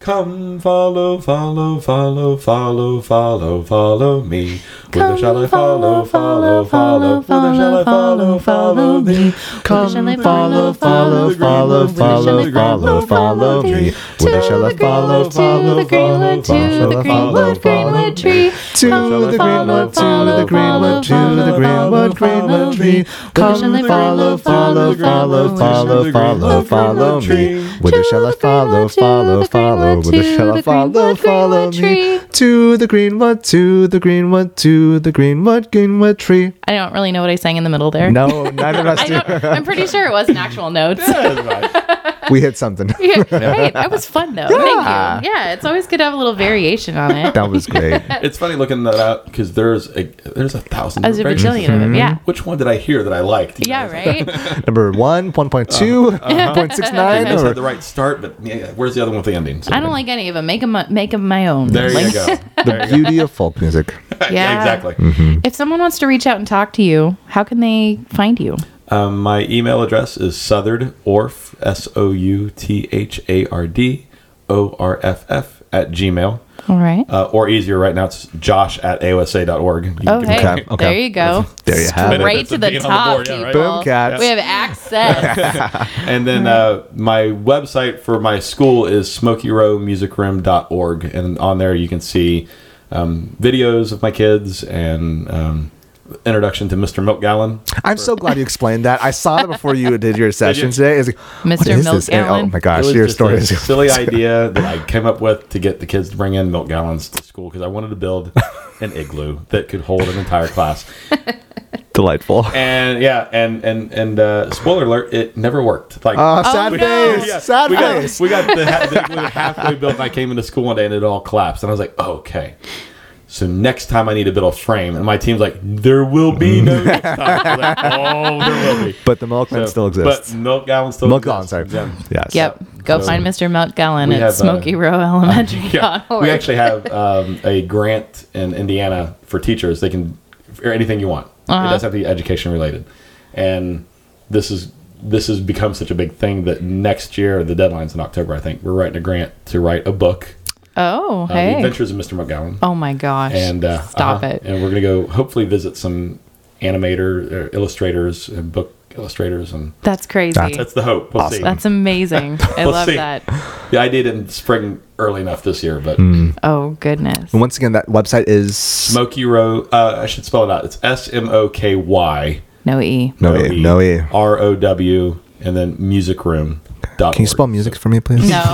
S4: Come follow, follow, follow, follow, follow, follow me. Whither
S3: Come
S4: shall I follow, follow, follow? Whither shall I follow, follow thee?
S1: Come follow, follow, follow, follow, follow, follow me. Whither shall I
S3: To
S1: follow, follow,
S3: the greenwood, to the
S1: follow, follow,
S3: greenwood, greenwood tree.
S1: To the greenwood, to the greenwood, to the greenwood, greenwood tree. Come follow, follow, follow, follow, follow, follow me. Whither shall I follow, follow, follow, whither shall I follow, follow me. To the greenwood, to the greenwood, to the greenwood, greenwood tree.
S3: I don't really know what I sang in the middle there.
S1: <laughs> No, neither of us
S3: I
S1: do.
S3: don't, I'm pretty sure it wasn't actual
S1: <laughs>
S3: notes. <laughs>
S1: We hit something.
S3: Yeah. Hey, that was fun though. Thank you. Yeah, it's always good to have a little variation on it.
S1: <laughs> That was great.
S4: <laughs> It's funny looking that out because there's a there's a thousand.
S3: As a
S4: different versions.
S3: bajillion of them. Yeah.
S4: Which one did I hear that I liked? You know,
S3: Yeah,
S4: it's like,
S3: right?
S1: Number one, 1.2,
S4: I just had
S1: 1.69,
S4: the
S1: or
S4: right start, but yeah, where's the other one with the ending? So-
S3: I don't like any of them. Make them, make them my own.
S4: There
S3: Like,
S4: <laughs> you go.
S1: the beauty of folk music.
S3: Yeah.
S4: yeah, exactly.
S3: If someone wants to reach out and talk to you, how can they find you?
S4: Um, my email address is southerdorf, S O U T H A R D O R F F, at Gmail.
S3: All right.
S4: Uh, or easier right now, it's josh at aosa.org. You can
S3: Oh,
S4: give me-
S3: hey,
S1: Okay,
S3: <laughs>
S1: okay.
S3: there you go.
S1: There you have it.
S3: Straight
S4: Benefits
S3: to
S4: of
S3: the
S4: being on the
S3: top,
S4: board, yeah, right?
S3: people.
S1: Boom, cats.
S3: We have <laughs> access.
S4: And then uh, my website for my school is smokyrowmusicroom.org. And on there you can see um, videos of my kids and um, introduction to Mr. Milk Gallon.
S1: I'm so glad you explained that. I saw that before you did
S4: <laughs>
S1: your session
S4: you?
S1: today. It's like, what
S3: Mr.
S1: is this? And-
S3: Milk-Allen.
S1: oh my
S4: It
S1: gosh,
S4: was
S1: your
S4: just
S1: story
S4: a
S1: is <laughs>
S4: silly idea that I came up with to get the kids to bring in milk gallons to school because I wanted to
S1: <laughs>
S4: build an igloo that could hold an entire class. <laughs>
S1: delightful. Oh,
S4: And yeah, and and and uh, spoiler alert, it never worked. Like
S3: Oh,
S1: Uh, sad
S4: we-
S1: face,
S4: yeah,
S1: sad
S4: we got,
S1: face.
S4: We got the, ha- the igloo halfway built. And I came into school one day and it all collapsed. And I was like, oh, okay. So next time I need to build a frame, and my team's like, "There will be
S1: <laughs>
S4: no." next time." I was like, oh, there will be.
S1: But the milkman
S4: So-
S1: still exists.
S4: But milk gallon still
S1: Milk on,
S4: exists.
S1: sorry.
S4: Yeah.
S1: <laughs> Yes.
S3: yep. Go
S4: So-
S3: find Mr. Milk Gallon
S4: We
S3: at
S4: have, uh,
S3: Smoky
S4: <laughs>
S3: Row Elementary.
S4: yeah.
S3: dot org.
S4: We actually have um, a grant in Indiana for teachers. They can for anything you want. It doesn't have to be education related. And this is this has become such a big thing that next year the deadline's in October. I think we're writing a grant to write a book,
S3: Oh,
S4: uh, The
S3: hey.
S4: Adventures of Mr. McGowan.
S3: Oh my gosh.
S4: And uh,
S3: Stop
S4: uh-huh.
S3: it.
S4: And we're gonna go hopefully visit some animator or illustrators and book illustrators and
S3: That's crazy. That's,
S4: that's the hope. We'll see.
S3: amazing. I
S4: <laughs> We'll
S3: love
S4: see.
S3: that.
S4: The idea didn't spring early enough this year, but
S1: Hmm.
S3: Oh goodness.
S1: And once again, that website is
S4: Smoky Row. Uh, I should spell it out. It's S M O K Y.
S3: No
S4: <laughs>
S3: E.
S1: no e, no e. Can
S4: R O W, and then Music Room. Dot <laughs>
S1: you spell music for me, please?
S3: No.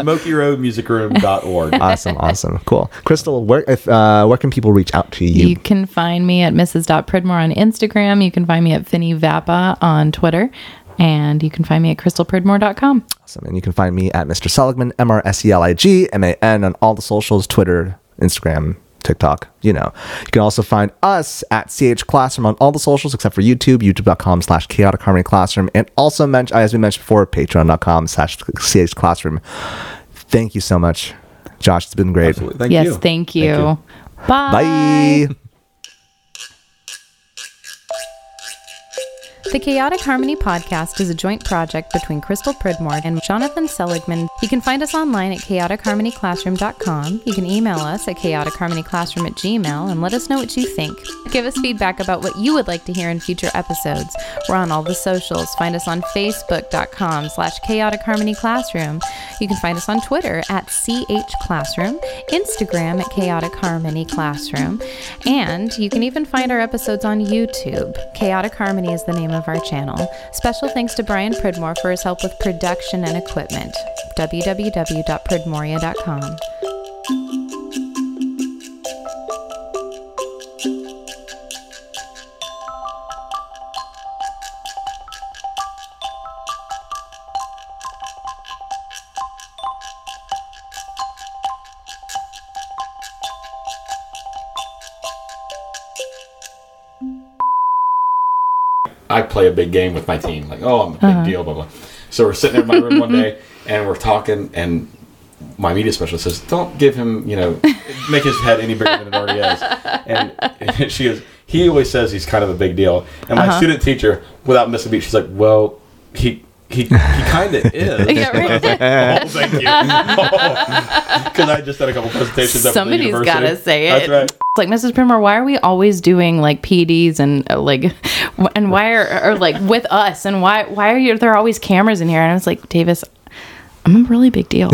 S4: Smoky Row Music Room dot org.
S1: Awesome, awesome, cool. Crystal, where if uh, where can people reach out to
S3: <laughs>
S1: you?
S3: You can find me at Mrs.Pridmore on Instagram. You can find me at Finny Vappa on Twitter. And you can find me at crystalpridmore.com.
S1: Awesome, and you can find me at Mr. Seligman, M R S E L I G M A N, on all the socials: Twitter, Instagram, TikTok. You know, you can also find us at CH Classroom on all the socials except for YouTube, YouTube.com/slash Chaotic Harmony Classroom, and also mention as we mentioned before, Patreon.com/slash CH Classroom. Thank you so much, Josh. It's been great.
S4: Absolutely. Thank
S3: yes,
S4: you.
S3: thank you. Bye.
S1: Bye.
S2: The Chaotic Harmony podcast is a joint project between Crystal Pridmore and Jonathan Seligman. You can find us online at chaoticharmonyclassroom.com. You can email us at chaoticharmonyclassroom at gmail and let us know what you think. Give us feedback about what you would like to hear in future episodes. We're on all the socials. Find us on facebook.com slash chaoticharmonyclassroom. You can find us on Twitter at chclassroom, Instagram at chaotic harmony classroom, and you can even find our episodes on YouTube. Chaotic Harmony is the name of our channel. Special thanks to Brian Pridmore for his help with production and equipment. www.pridmoria.com.
S4: I play a big game with my team. Like, oh, I'm a big
S3: Uh-huh.
S4: deal, blah, blah. So we're sitting in my room
S3: <laughs>
S4: one day and we're talking, and my media specialist says, don't give him, you know, make his head any bigger than it already is. And <laughs> she goes, he always says he's kind of a big deal. And my
S3: Uh-huh.
S4: student teacher, without missing a beat, she's like, well, he. He, he
S3: <laughs>
S4: kind of is.
S3: Yeah, right.
S4: oh, <laughs> thank you. <laughs> Because I just did a couple presentations. up at the
S3: Somebody's got to
S4: university.
S3: say it.
S4: That's right.
S3: Like Mrs. Primer, why are we always doing like PDs and uh, like, <laughs> w- and why are or like with us and why why are you, there are always cameras in here? And I was like, Davis, I'm a really big deal.